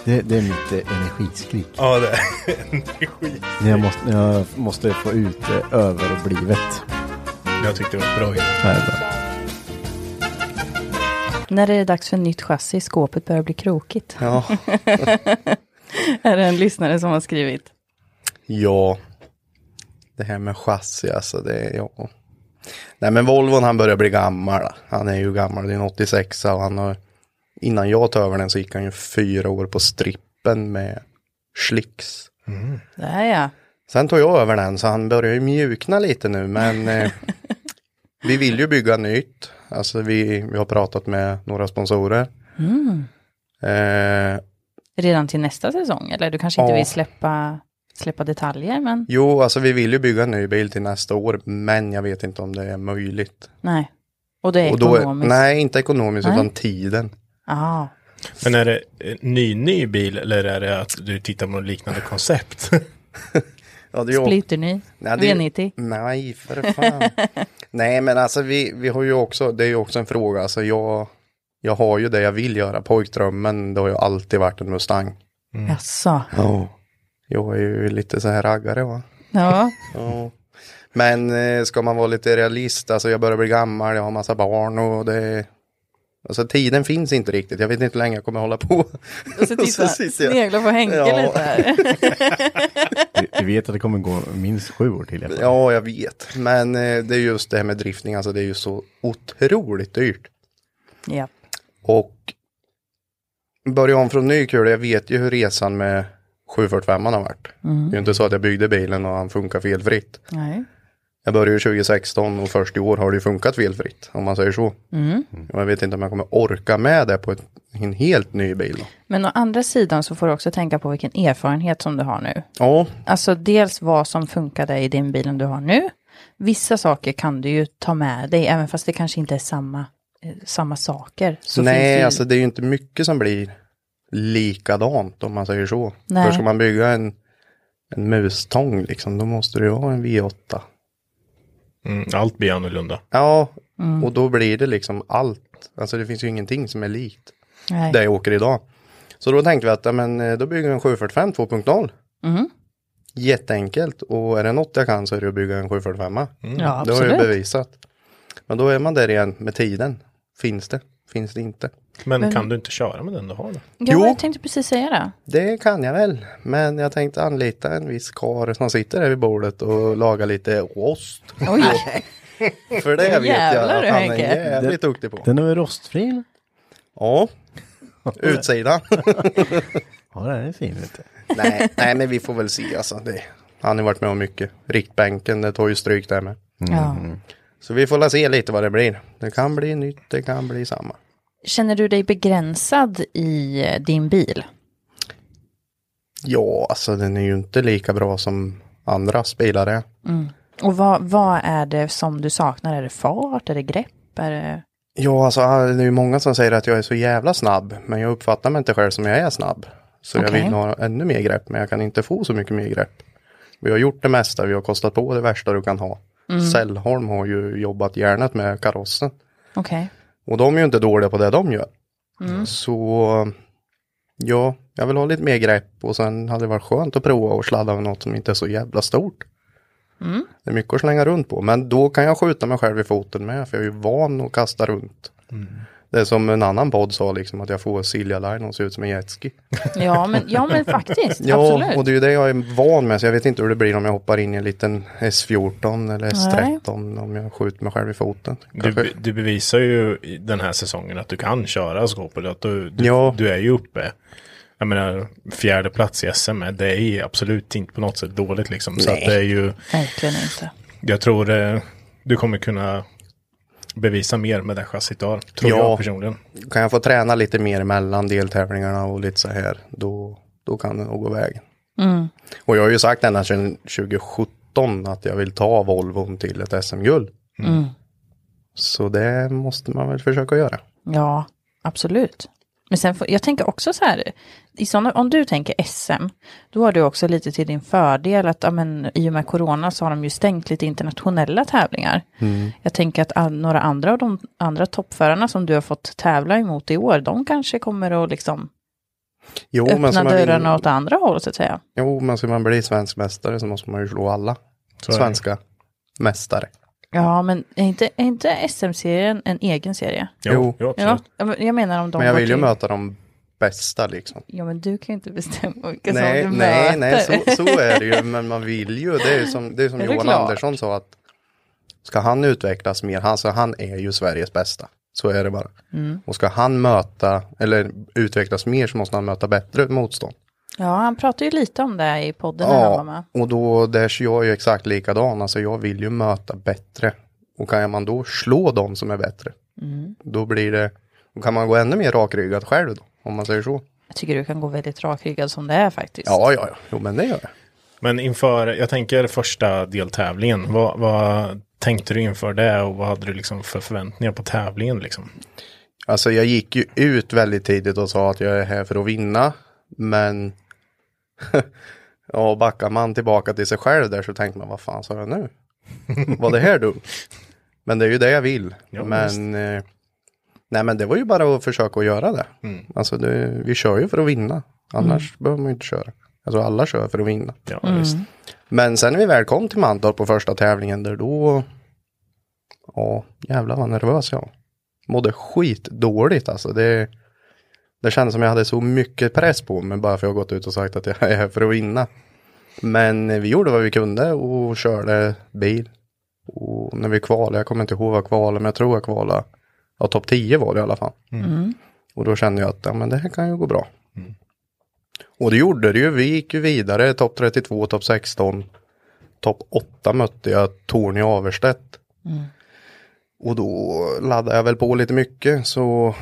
B: det? Det är mitt eh, energiskrik.
G: Ja, det är skit.
B: När jag måste, när jag måste få ut eh, överblivet.
G: Jag tyckte det var ett bra ljud.
B: Det här är bra.
C: När är det dags för nytt chassi? Skåpet börjar bli krokigt.
D: Ja.
C: Är det en lyssnare som har skrivit?
D: Ja, det här med chassi alltså, det är ja. Nej men Volvon han börjar bli gammal. Han är ju gammal, det är en 86 och han har, innan jag tog över den så gick han ju fyra år på strippen med slicks.
C: Där ja.
D: Sen tog jag över den så han börjar ju mjukna lite nu men eh, vi vill ju bygga nytt. Alltså vi, vi har pratat med några sponsorer. Eh,
C: Redan till nästa säsong? Eller du kanske inte
D: Ja.
C: vill släppa, släppa detaljer, men
D: jo, alltså vi vill ju bygga en ny bil till nästa år men jag vet inte om det är möjligt.
C: nej. Och det är
D: Och då är-
C: ekonomiskt?
D: nej, inte ekonomiskt
C: Nej.
D: utan tiden.
C: Ja.
G: Men är det en ny, ny bil eller är det att du tittar på något liknande koncept?
D: Ja, det är ju-
C: Splitterny?
D: Nej, det är-
C: V90?
D: Nej, för fan. nej, men alltså vi, vi har ju också, det är ju också en fråga, alltså jag, jag har ju det jag vill göra. Pojkdrömmen, det har ju alltid varit en Mustang. Mm.
C: Jaså?
D: Ja. Jag är ju lite så här raggare va.
C: Ja.
D: Ja. Men eh, ska man vara lite realist, alltså jag börjar bli gammal, jag har massa barn och det Alltså tiden finns inte riktigt, jag vet inte hur länge jag kommer hålla på.
C: Och så
D: Och så
C: titta,
D: sitter jag.
C: snegla på Henke
D: Ja.
C: lite här.
B: Du- Du vet att det kommer gå minst sju år till. i alla fall.
D: Ja, jag vet. Men eh, det är just det här med driftning, alltså det är ju så otroligt dyrt.
C: ja.
D: Och börja om från ny kula, jag vet ju hur resan med 745 har varit. Det är ju inte så att jag byggde bilen och han funkar felfritt.
C: Nej.
D: Jag började ju 2016 och först i år har det ju funkat felfritt, om man säger så. Och jag vet inte om jag kommer orka med det på ett, en helt ny bil.
C: Men å andra sidan så får du också tänka på vilken erfarenhet som du har nu.
D: Ja,
C: Alltså dels vad som funkade i din bilen du har nu. Vissa saker kan du ju ta med dig, även fast det kanske inte är samma, eh, samma saker. Så finns det
D: nej,
C: ju,
D: alltså det är ju inte mycket som blir likadant om man säger så.
C: Nej.
D: För ska man bygga en, en mustång liksom, då måste det ju vara en V8.
G: Mm, allt blir annorlunda.
D: Ja,
C: Mm.
D: och då blir det liksom allt. Alltså det finns ju ingenting som är likt
C: nej.
D: det jag åker idag. Så då tänkte vi att ja, men, eh, då bygger vi en 745 2.0.
C: Mm.
D: Jätteenkelt och är det något jag kan så är det att bygga en 745.
C: Ja,
D: Det har jag
C: absolut.
D: bevisat. Men då är man där igen med tiden. Finns det? Finns det inte?
G: Men, kan du inte köra med den du har då?
C: Ja,
D: Jo.
C: jag tänkte precis säga det.
D: Det kan jag väl, men jag tänkte anlita en viss karl som sitter där vid bordet och lagar lite ost.
C: Oj,
D: För det vet jag
C: Jävlar,
D: att han är
C: Henke.
D: jävligt duktig på.
B: Den är väl rostfri? eller?
D: Ja, utsidan.
B: Ja, den är fin. Vet du.
D: nej, nej, men vi får väl se alltså. Det, han har varit med om mycket. Riktbänken, det tar ju stryk där med.
C: Mm. ja.
D: Så vi får la se lite vad det blir. Det kan bli nytt, det kan bli samma.
C: Känner du dig begränsad i eh, din bil?
D: Ja, alltså den är ju inte lika bra som andras bilar är.
C: Och vad, vad är det som du saknar? Är det fart? Är det grepp? Är det...
D: Ja, alltså det är ju många som säger att jag är så jävla snabb, men jag uppfattar mig inte själv som jag är snabb. Så jag
C: Okej.
D: vill ha ännu mer grepp, men jag kan inte få så mycket mer grepp. Vi har gjort det mesta, vi har kostat på det värsta du kan ha. Sällholm har ju jobbat hjärnet med karossen.
C: Okej.
D: Och de är ju inte dåliga på det de gör. Så ja, jag vill ha lite mer grepp och sen hade det varit skönt att prova att sladda med något som inte är så jävla stort. Det är mycket att slänga runt på, men då kan jag skjuta mig själv i foten med, för jag är ju van att kasta runt. Det är som en annan podd sa, liksom, att jag får Silja Line och ser ut som en jetski.
C: Ja, men, ja, men faktiskt.
D: Ja,
C: absolut.
D: och det är ju det jag är van med, så jag vet inte hur det blir om jag hoppar in i en liten S14 eller S13, om jag skjuter mig själv i foten.
G: Du,
D: Kanske-
G: be- du bevisar ju i den här säsongen att du kan köra skåpet. Att du, du,
D: Ja.
G: du är ju uppe. Jag menar, fjärde plats i SM, är- det är ju absolut inte på något sätt dåligt liksom. Så att det är ju,
C: Verkligen inte.
G: jag tror eh, du kommer kunna bevisa mer med det chassit du har. Tror
D: Ja.
G: jag personligen.
D: kan jag få träna lite mer mellan deltävlingarna och lite så här, då, då kan det nog gå vägen.
C: Mm.
D: Och jag har ju sagt ända
C: Mm.
D: sedan 2017 att jag vill ta Volvon till ett SM-guld. Så det måste man väl försöka göra.
C: Ja, absolut. Men sen, får- jag tänker också så här, i såna, om du tänker SM, då har du också lite till din fördel att ja, men, i och med corona så har de ju stängt lite internationella tävlingar.
D: Mm.
C: Jag tänker att an- några andra av de andra toppförarna som du har fått tävla emot i år, de kanske kommer att liksom
D: Jo, men
C: öppna
D: ska man, vin-
C: dörrarna åt andra hållet så att säga.
D: jo, men ska man bli svensk mästare så måste man ju slå alla
G: Så är det.
D: svenska mästare.
C: Ja, men är inte, är inte SM-serien en egen serie?
G: Jo, jo
C: Ja,
G: absolut.
C: ja, men jag menar om de...
D: Men jag
C: går
D: vill ju
C: till-
D: möta de bästa liksom.
C: Ja, men du kan ju inte bestämma vilka
D: Nej,
C: som du
D: nej,
C: möter.
D: nej, så, så är det ju. Men man vill ju. Det är ju som, det är som
C: Är det
D: Johan
C: klart?
D: Andersson sa att ska han utvecklas mer, han, så han är ju Sveriges bästa. Så är det bara.
C: Mm.
D: Och ska han möta, eller utvecklas mer så måste han möta bättre motstånd.
C: Ja, han pratade ju lite om det i podden när han var med.
D: Ja, och då, där så jag är ju exakt likadan. Alltså jag vill ju möta bättre. Och kan man då slå de som är bättre,
C: Mm.
D: då blir det, då kan man gå ännu mer rakryggad själv då, om man säger så.
C: Jag tycker du kan gå väldigt rakryggad som det är faktiskt.
D: Ja, ja, ja, jo men det gör jag.
G: Men inför, jag tänker första deltävlingen, vad, vad tänkte du inför det och vad hade du liksom för förväntningar på tävlingen liksom?
D: Alltså jag gick ju ut väldigt tidigt och sa att jag är här för att vinna. Men ja, backar man tillbaka till sig själv där så tänkte man vad fan sa jag nu? Var det här dumt? Men det är ju det jag vill.
G: Ja,
D: men, eh, nej, men det var ju bara att försöka att göra det. Alltså det, vi kör ju för att vinna. Annars behöver man ju inte köra. Alltså alla kör för att vinna.
G: Ja,
C: Mm.
G: visst.
D: Men sen när vi väl kom till Mantorp på första tävlingen där då, ja jävlar vad nervös jag var. Mådde skitdåligt alltså. Det, det kändes som jag hade så mycket press på mig bara för jag har gått ut och sagt att jag är här för att vinna. Men vi gjorde vad vi kunde och körde bil. Och när vi kvalade, jag kommer inte ihåg vad jag kvalade, men jag tror jag kvalade, ja topp 10 var det i alla fall. Och då kände jag att ja, men det här kan ju gå bra. Och det gjorde det ju. Vi gick ju vidare. Topp 32, topp 16. Topp 8 mötte jag Torny Averstedt. Och då laddade jag väl på lite mycket. Så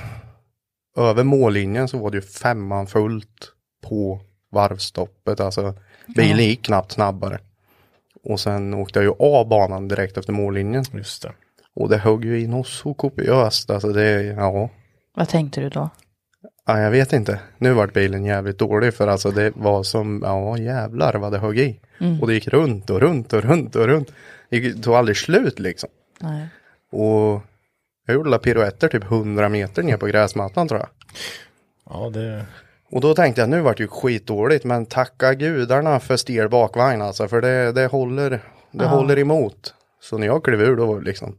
D: över mållinjen så var det ju femman fullt på varvstoppet. Alltså bilen gick knappt snabbare. Och sen åkte jag ju av banan direkt efter mållinjen.
G: Just det.
D: Och det högg ju in oss så kopiöst. Alltså det, ja.
C: Vad tänkte du då?
D: Ja, jag vet inte. Nu vart bilen jävligt dålig för alltså det var som, ja jävlar vad det högg i. Och det gick runt och runt och runt och runt. Det gick- tog aldrig slut liksom.
C: Nej.
D: Och jag gjorde alla piruetter typ 100 meter ner på gräsmattan tror jag.
G: Ja, det...
D: Och då tänkte jag nu vart det ju skitdåligt men tacka gudarna för stel bakvagn alltså för det, det håller, det håller emot. Så när jag klev ur då var det liksom,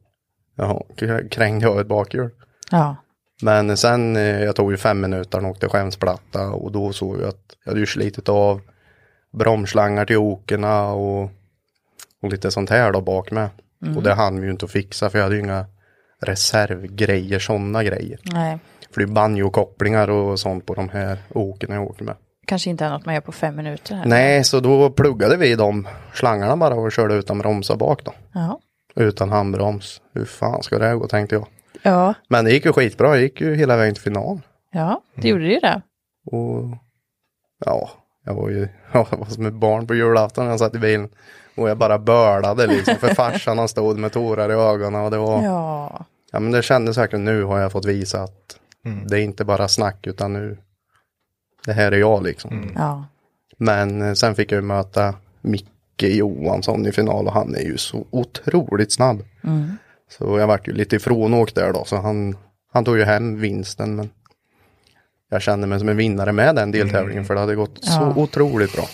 D: jaha, k- krängde jag ett bakhjul.
C: Ja.
D: Men sen, eh, jag tog ju fem minuter och åkte skämsplatta och då såg jag att jag hade ju slitit av bromsslangar till okerna och, och lite sånt här då bak med. Och det hann vi ju inte att fixa för jag hade ju inga reservgrejer, sådana grejer.
C: Nej.
D: För det är ju banjokopplingar och sånt på de här okerna jag åker med.
C: Kanske inte är något man gör på fem minuter här.
D: Nej, så då pluggade vi de slangarna bara och körde utan bromsar bak då.
C: Ja.
D: Utan handbroms. Hur fan ska det här gå tänkte jag.
C: Ja.
D: Men det gick ju skitbra, det gick ju hela vägen till final.
C: Ja,
D: Mm.
C: det gjorde ju det.
D: Och ja, jag var ju jag var som ett barn på julafton när jag satt i bilen. Och jag bara bölade liksom, för farsan han stod med tårar i ögonen och det var, ja.
C: Ja.
D: men det kändes verkligen nu har jag fått visa att det är inte bara snack utan nu, det här är jag liksom.
C: Ja.
D: Men eh, sen fick jag ju möta Micke Johansson i final och han är ju så otroligt snabb. Så jag vart ju lite ifrånåkt där då, så han, han tog ju hem vinsten. Men jag kände mig som en vinnare med den deltävlingen för det hade gått så otroligt bra.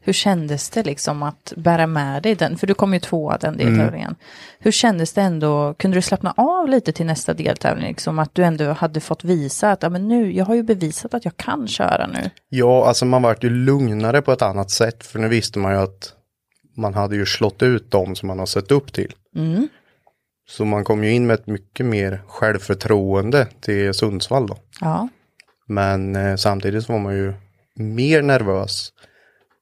C: Hur kändes det liksom att bära med dig den? För du kom ju tvåa
D: Mm.
C: den deltävlingen. Hur kändes det ändå? Kunde du slappna av lite till nästa deltävling? Liksom att du ändå hade fått visa att ja, men nu, jag har ju bevisat att jag kan köra nu.
D: Ja, alltså man vart ju lugnare på ett annat sätt för nu visste man ju att man hade ju slått ut dem som man har sett upp till. Så man kom ju in med ett mycket mer självförtroende till Sundsvall då.
C: Ja.
D: Men eh, samtidigt så var man ju mer nervös.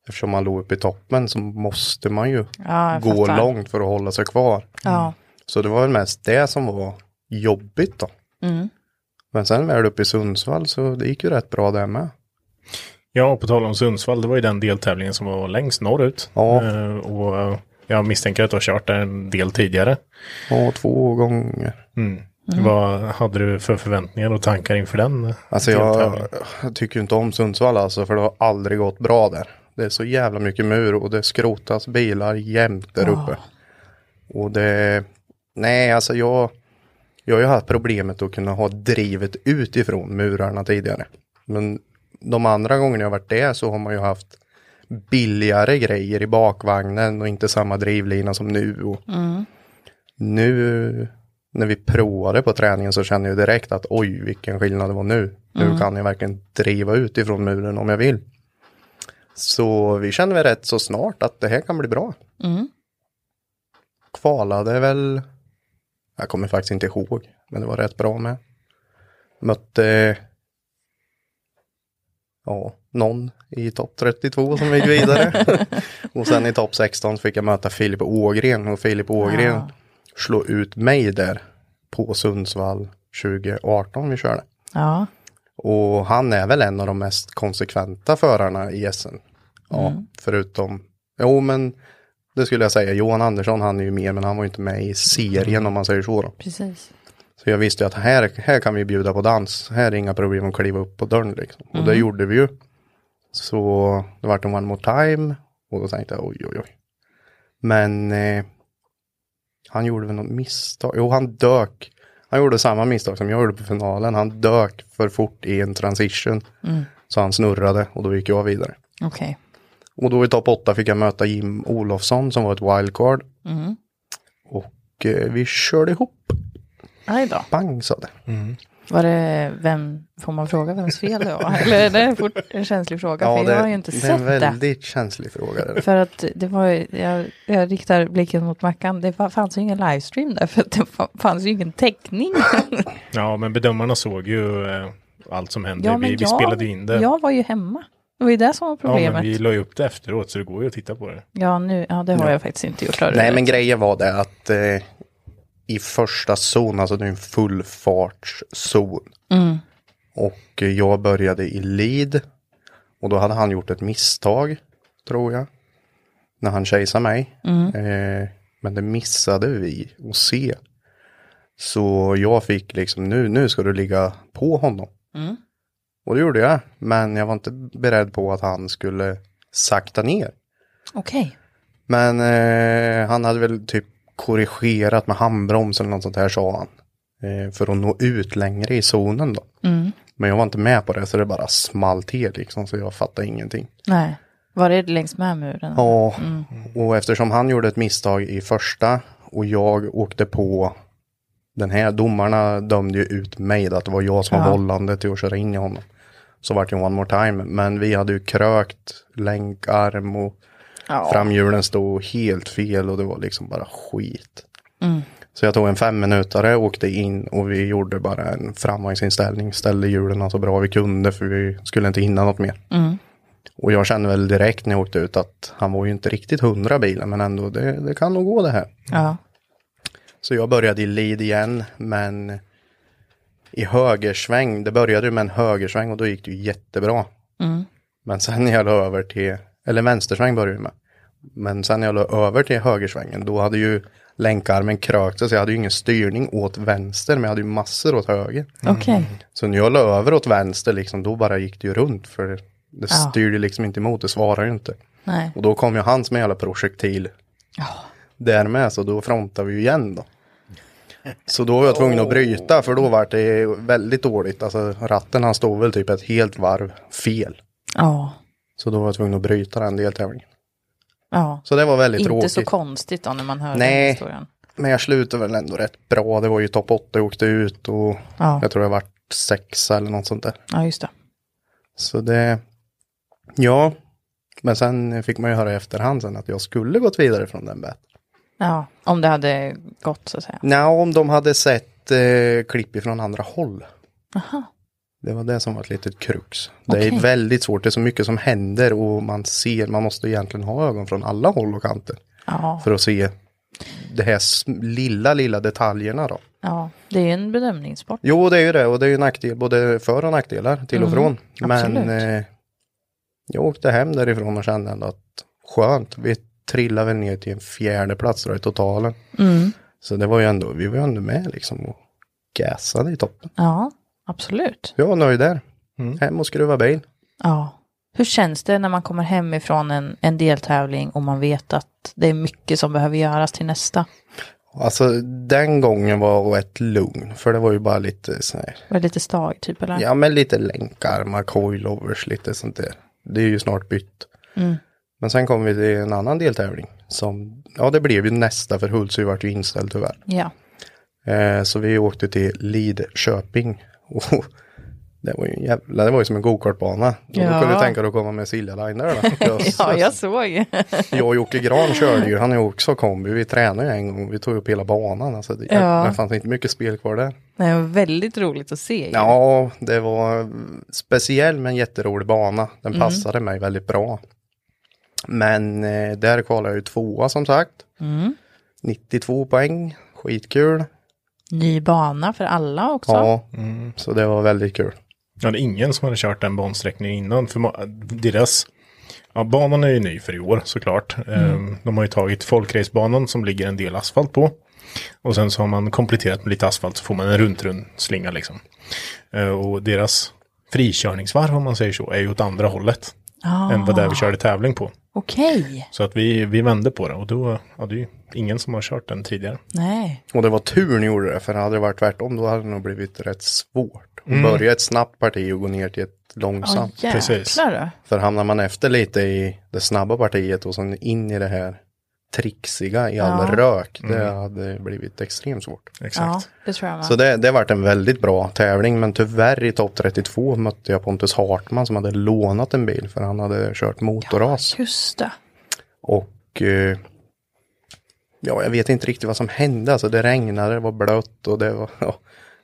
D: Eftersom man låg uppe i toppen så måste man ju
C: Ja, jag
D: gå
C: fattar.
D: långt för att hålla sig kvar.
C: Ja.
D: Så det var väl mest det som var jobbigt då.
C: Mm.
D: Men sen väl uppe i Sundsvall så det gick ju rätt bra där med.
G: Ja, och på tal om Sundsvall, det var ju den deltävlingen som var längst norrut.
D: Ja.
G: Eh, och eh, Jag misstänker att du har kört där en del tidigare.
D: Ja, två gånger.
C: Mm.
G: Vad hade du för förväntningar och tankar inför den? eh,
D: Alltså jag
G: deltävlingen?
D: jag tycker ju inte om Sundsvall alltså, för det har aldrig gått bra där. Det är så jävla mycket mur och det skrotas bilar jämt där uppe. Och det, nej alltså jag, jag har ju haft problemet att kunna ha drivet utifrån murarna tidigare. Men de andra gångerna jag har varit där så har man ju haft billigare grejer i bakvagnen och inte samma drivlina som nu. Och Nu när vi provade på träningen så kände jag direkt att oj vilken skillnad det var nu. Nu kan jag verkligen driva ut ifrån muren om jag vill. Så vi kände väl rätt så snart att det här kan bli bra. Kvalade väl, jag kommer faktiskt inte ihåg, men det var rätt bra med. Mötte ja, någon i topp 32 som gick vidare. och sen i topp 16 fick jag möta Filip Ågren och Filip Ågren slog ut mig där på Sundsvall 2018 vi körde.
C: Ja.
D: Och han är väl en av de mest konsekventa förarna i SN. Ja, förutom, jo men det skulle jag säga, Johan Andersson han är ju med men han var ju inte med i serien om man säger så då.
C: Precis.
D: Så jag visste ju att här, här kan vi bjuda på dans. Här är inga problem att kliva upp på dörren liksom. Och det gjorde vi ju. Så det vart en one more time. Och då tänkte jag oj oj oj. Men eh, han gjorde väl något misstag. Jo han dök. Han gjorde samma misstag som jag gjorde på finalen. Han dök för fort i en transition. Så han snurrade och då gick jag vidare.
C: Okej.
D: Och då i topp 8 fick jag möta Jim Olofsson som var ett wildcard. Och eh, vi körde ihop.
C: Aj då.
D: Bang sa det.
C: Var det, vem, får man fråga vems fel det var? Eller är det fort, en känslig fråga? för jag har ju inte
D: det
C: sett
D: är en
C: det.
D: väldigt känslig fråga. det där.
C: För att det var ju- jag, jag riktar blicken mot Mackan, det fa- fanns ju ingen livestream där för att det fa- fanns ju ingen täckning.
G: Ja, men bedömarna såg ju eh, allt som hände.
C: Ja,
G: vi,
C: men
G: vi spelade ju in det.
C: Jag var ju hemma. Det var ju det som var
G: ja, men
C: problemet.
G: vi la ju upp det efteråt så det går ju att titta på det.
C: Ja, nu, ja det har jag faktiskt inte gjort. har du
D: Nej,
C: rätt.
D: men grejen var det att eh, i första zon, alltså det är en fullfartszon. Och eh, jag började i lead. Och då hade han gjort ett misstag, tror jag. När han chaseade mig. Eh, men det missade vi att se. Så jag fick liksom, nu, nu ska du ligga på honom. Och det gjorde jag, men jag var inte beredd på att han skulle sakta ner.
C: Okej.
D: Men eh, han hade väl typ korrigerat med handbroms eller något sånt här sa han. Eh, för att nå ut längre i zonen då. Men jag var inte med på det så det bara small till liksom så jag fattade ingenting.
C: Nej. Var det längs med muren?
D: Ja, och eftersom han gjorde ett misstag i första och jag åkte på den här domarna dömde ju ut mig då, att det var jag som var vållande till att köra in i honom. Så vart det one more time, men vi hade ju krökt länkarm och framhjulen stod helt fel och det var liksom bara skit. Så jag tog en femminutare, åkte in och vi gjorde bara en framvagnsinställning, ställde hjulen så bra vi kunde för vi skulle inte hinna något mer. Och jag kände väl direkt när jag åkte ut att han var ju inte riktigt hundra bilen men ändå det, det kan nog gå det här.
C: Ja.
D: Så jag började i lead igen men i högersväng, det började ju med en högersväng och då gick det ju jättebra. Men sen när jag la över till, eller vänstersväng började jag med. Men sen när jag la över till högersvängen då hade ju länkarmen krökt sig så jag hade ju ingen styrning åt vänster men jag hade ju massor åt höger.
C: Okej.
D: Så när jag la över åt vänster liksom, då bara gick det ju runt för det, det
C: Ja.
D: styrde liksom inte emot, det svarar ju inte.
C: Nej.
D: Och då kom ju hans med jävla projektil. Därmed så då frontade vi ju igen då. Så då var jag tvungen att bryta för då var det väldigt dåligt. Alltså ratten han stod väl typ ett helt varv fel.
C: Ja.
D: Så då var jag tvungen att bryta den deltävlingen.
C: Ja.
D: Så det var väldigt
C: Inte
D: tråkigt.
C: så konstigt då när man hör den
D: Nej.
C: historien.
D: Men jag slutade väl ändå rätt bra. Det var ju topp 8 jag åkte ut och
C: Ja.
D: jag tror jag vart sexa eller något sånt där.
C: Ja, just det.
D: Så det, ja. Men sen fick man ju höra i efterhand sen att jag skulle gått vidare från den bättre.
C: Ja, om det hade gått så att säga.
D: Nej, om de hade sett eh, klipp ifrån andra håll.
C: Aha.
D: Det var det som var ett litet krux. Det
C: Okej.
D: är väldigt svårt, det är så mycket som händer och man ser, man måste egentligen ha ögon från alla håll och kanter.
C: Ja,
D: För att se de här s- lilla, lilla detaljerna då.
C: ja, det är ju en bedömningssport.
D: Jo, det är ju det och det är ju nackdel, både för och nackdelar till och från. Men
C: absolut.
D: eh, jag åkte hem därifrån och kände ändå att skönt, vi trillade väl ner till en fjärde plats då i totalen. Så det var ju ändå, vi var ju ändå med liksom och gasade i toppen.
C: Ja, absolut.
D: Jag var nöjd där. Hem och skruva bil.
C: Ja. Hur känns det när man kommer hemifrån en, en deltävling och man vet att det är mycket som behöver göras till nästa?
D: Alltså den gången var rätt lugn, för det var ju bara lite så här,
C: Var det lite stag typ eller?
D: ja men lite länkarmar, coilovers, lite sånt där. Det är ju snart bytt.
C: Mm.
D: Men sen kom vi till en annan deltävling som, ja det blev ju nästa för Hultsfred vart ju inställd tyvärr.
C: Ja.
D: Eh, så vi åkte till Lidköping. Och det var ju en jävla, det var ju som en gokartbana. Ja. Då
C: Ja.
D: kunde du tänka dig att komma med Silja Line där då. Jösses.
C: Ja, jag såg ju.
D: Jag och Jocke Gran körde ju, han är också kombi, vi tränade ju en gång, vi tog upp hela banan. Alltså, det,
C: Ja.
D: det fanns inte mycket spel kvar där.
C: Det är väldigt roligt att se. ju.
D: Ja, det var mm, speciell men jätterolig bana. Den passade mig väldigt bra. Men eh, där kvalade jag ju tvåa som sagt. 92 poäng, skitkul.
C: Ny bana för alla också.
D: Ja, så det var väldigt kul.
G: Jag hade ingen som hade kört den bansträckningen innan. För ma- deras, ja, banan är ju ny för i år såklart. Ehm, De har ju tagit folkracebanan som ligger en del asfalt på. Och sen så har man kompletterat med lite asfalt så får man en runt-rund slinga liksom. Eh, Och deras frikörningsvarv om man säger så är ju åt andra hållet. Än vad där vi körde tävling på.
C: Okej.
G: Så att vi, vi vände på det och då, ja det är ju ingen som har kört den tidigare.
C: Nej.
D: Och det var tur ni gjorde det, för hade det varit tvärtom då hade det nog blivit rätt svårt. Att Börja ett snabbt parti och gå ner till ett
C: Ja,
D: långsamt.
G: precis.
C: jäklar du.
D: För hamnar man efter lite i det snabba partiet och sen in i det här trixiga i all rök, det hade blivit extremt svårt.
C: Ja,
G: Exakt.
C: det tror jag med.
D: Så det, det varit en väldigt bra tävling, men tyvärr i topp 32 mötte jag Pontus Hartman som hade lånat en bil för han hade kört motorras.
C: Just det.
D: Och eh, ja, jag vet inte riktigt vad som hände, alltså det regnade, det var blött och det var, ja.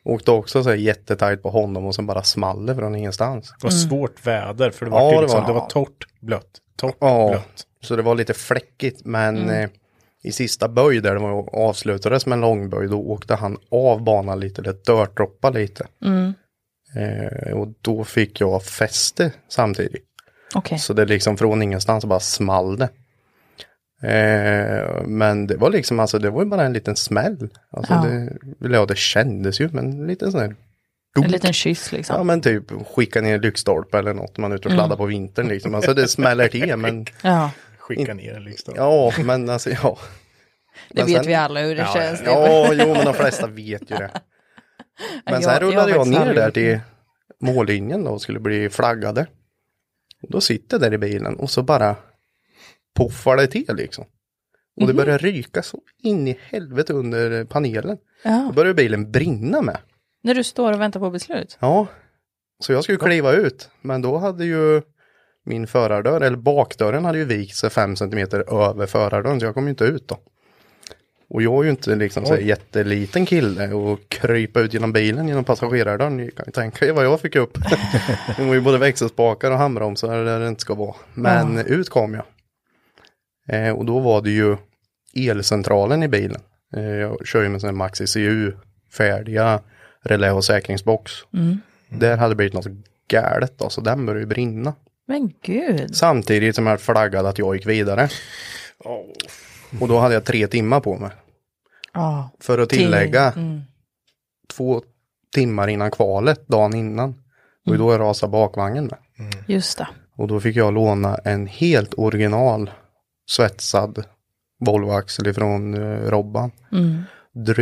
D: Åkte också så här jättetajt på honom och sen bara small det från ingenstans.
G: Det var svårt väder för det var,
D: Ja,
G: ju
D: det
G: liksom,
D: var-
G: det var torrt, blött, torrt,
D: Ja,
G: blött.
D: så det var lite fläckigt men eh, i sista böj där det var, avslutades med en långböj då åkte han av banan lite, det dörtdroppade lite. Eh, och då fick jag fäste samtidigt.
C: Okej.
D: Så det liksom från ingenstans bara small det. Eh, men det var liksom, alltså det var ju bara en liten smäll. Alltså
C: Ja.
D: det, eller ja, det kändes ju, men en liten sån här
C: En liten kyss liksom.
D: Ja men typ skicka ner lyktstolpe eller något man är ute och
C: Mm.
D: sladdar på vintern liksom. Alltså det smäller till men
C: Ja,
G: Skicka ner den liksom.
D: Ja, men alltså ja.
C: det
D: Men
C: vet
D: sen-
C: vi alla hur det känns. Det-
D: Ja, jo, men de flesta vet ju det. Men sen
C: jag-
D: rullade
C: jag
D: jag
C: har
D: ner
C: faktiskt
D: där
C: aldrig
D: till mållinjen då och skulle bli flaggade. Då sitter jag där i bilen och så bara poffar det till liksom. Och
C: Mhm.
D: det börjar ryka så in i helvete under panelen. Då
C: Ja.
D: börjar bilen brinna med.
C: När du står och väntar på beslut.
D: Ja, så jag skulle kliva ut, men då hade ju min förardörr, eller bakdörren hade ju vikt sig 5 cm över förardörren, så jag kom ju inte ut då. Och jag är ju inte liksom så här jätteliten kille och krypa ut genom bilen genom passagerardörren. Ni kan ju tänka er vad jag fick upp. det var ju både växelspakar och handbromsar där det inte ska vara. Men ut kom jag. Eh, och då var det ju elcentralen i bilen. Eh, jag kör ju med sån här Maxi CU färdiga relä och säkringsbox. Där hade det blivit något galet då, så den började ju brinna.
C: Men gud.
D: Samtidigt som jag flaggade att jag gick vidare.
C: Oh.
D: Och då hade jag tre timmar på mig.
C: Ja.
D: För att
C: Till-
D: tillägga,
C: Mm.
D: två timmar innan kvalet, dagen innan. Och
C: Mm.
D: då jag rasade bakvagnen med.
C: Just det.
D: Och då fick jag låna en helt original svetsad Volvo-axel ifrån eh, Robban.
C: Mm.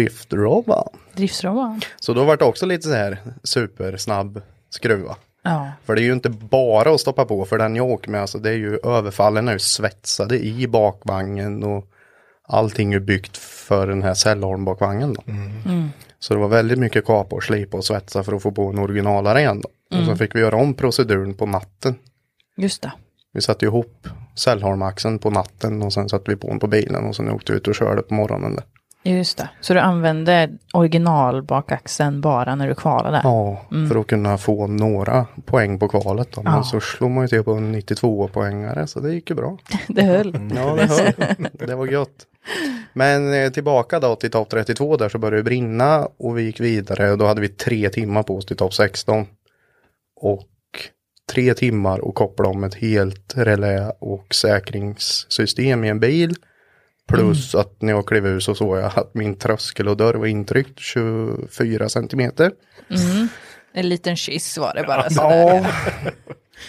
D: Drift-Robban.
C: Driftsroman.
D: Så då var det också lite så här supersnabb skruva.
C: Ja.
D: För det är ju inte bara att stoppa på, för den jag åker med, alltså det är ju överfallen är ju svetsade i bakvagnen och allting är byggt för den här Sällholm-bakvagnen då. Så det var väldigt mycket kapa och slipa och svetsa för att få på en originalare igen då. Och så fick vi göra om proceduren på natten.
C: Just det.
D: Vi satte ihop Sällholm-axeln på natten och sen satte vi på den på bilen och sen åkte vi ut och körde på morgonen där.
C: Just det. Så du använde originalbakaxeln bara när du kvalade?
D: Ja, för att kunna få några poäng på kvalet då. Men
C: Ja.
D: så slog man ju till på en 92-poängare så det gick ju bra.
C: Det höll.
D: Ja, det, höll. det var gött. Men eh, tillbaka då till topp 32 där så började det brinna och vi gick vidare och då hade vi tre timmar på oss till topp 16. Och tre timmar och koppla om ett helt relä och säkringssystem i en bil. Plus att när jag klev ur så såg jag att min tröskel och dörr var intryckt 24 centimeter.
C: En liten kyss var det bara. Så.
D: Ja.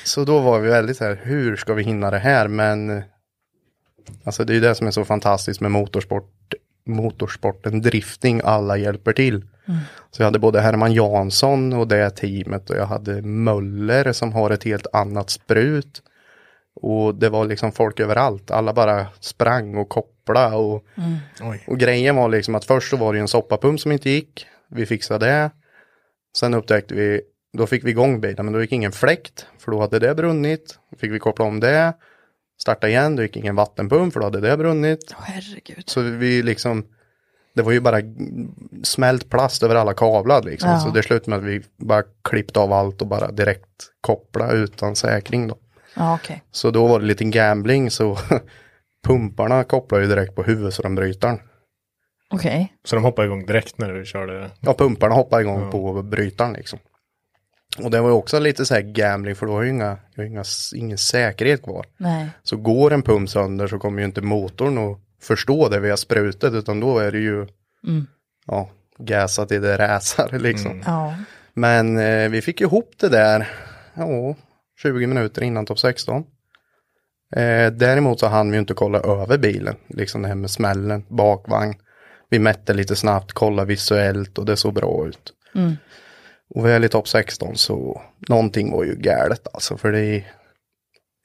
D: Så då var vi väldigt så här, hur ska vi hinna det här? Men alltså det är ju det som är så fantastiskt med motorsport, motorsporten drifting, alla hjälper till. Så jag hade både Herman Jansson och det teamet och jag hade Möller som har ett helt annat sprut. Och det var liksom folk överallt, alla bara sprang och kopplade och
G: Oj.
D: och grejen var liksom att först så var det ju en soppapump som inte gick. Vi fixade det. Sen upptäckte vi, då fick vi igång bilen, men då gick ingen fläkt, för då hade det brunnit. Fick vi koppla om det, starta igen, då gick ingen vattenpump, för då hade det brunnit.
C: Herregud.
D: Så vi liksom, det var ju bara smält plast över alla kablar liksom.
C: Ja.
D: Så det slutade med att vi bara klippte av allt och bara direkt koppla utan säkring då.
C: Ja, okej.
D: Så då var det lite gambling, så pumparna kopplade ju direkt på huvudströmbrytaren.
C: Okej.
G: Så de hoppade igång direkt när vi körde.
D: Ja, pumparna hoppar igång på brytaren liksom. Och det var ju också lite så här gambling för då har jag ju inga, jag har ju inga, ingen säkerhet kvar.
C: Nej.
D: Så går en pump sönder så kommer ju inte motorn att förstå det via sprutet utan då är det ju ja, gasat i det räsar liksom.
C: Ja.
D: Men eh, vi fick ihop det där ja, 20 minuter innan topp 16. Eh, däremot så hann vi ju inte kolla över bilen, liksom det här med smällen, bakvagn. Vi mätte lite snabbt, kollade visuellt och det såg bra ut. Och väl i topp 16 så någonting var ju galet alltså, för det i,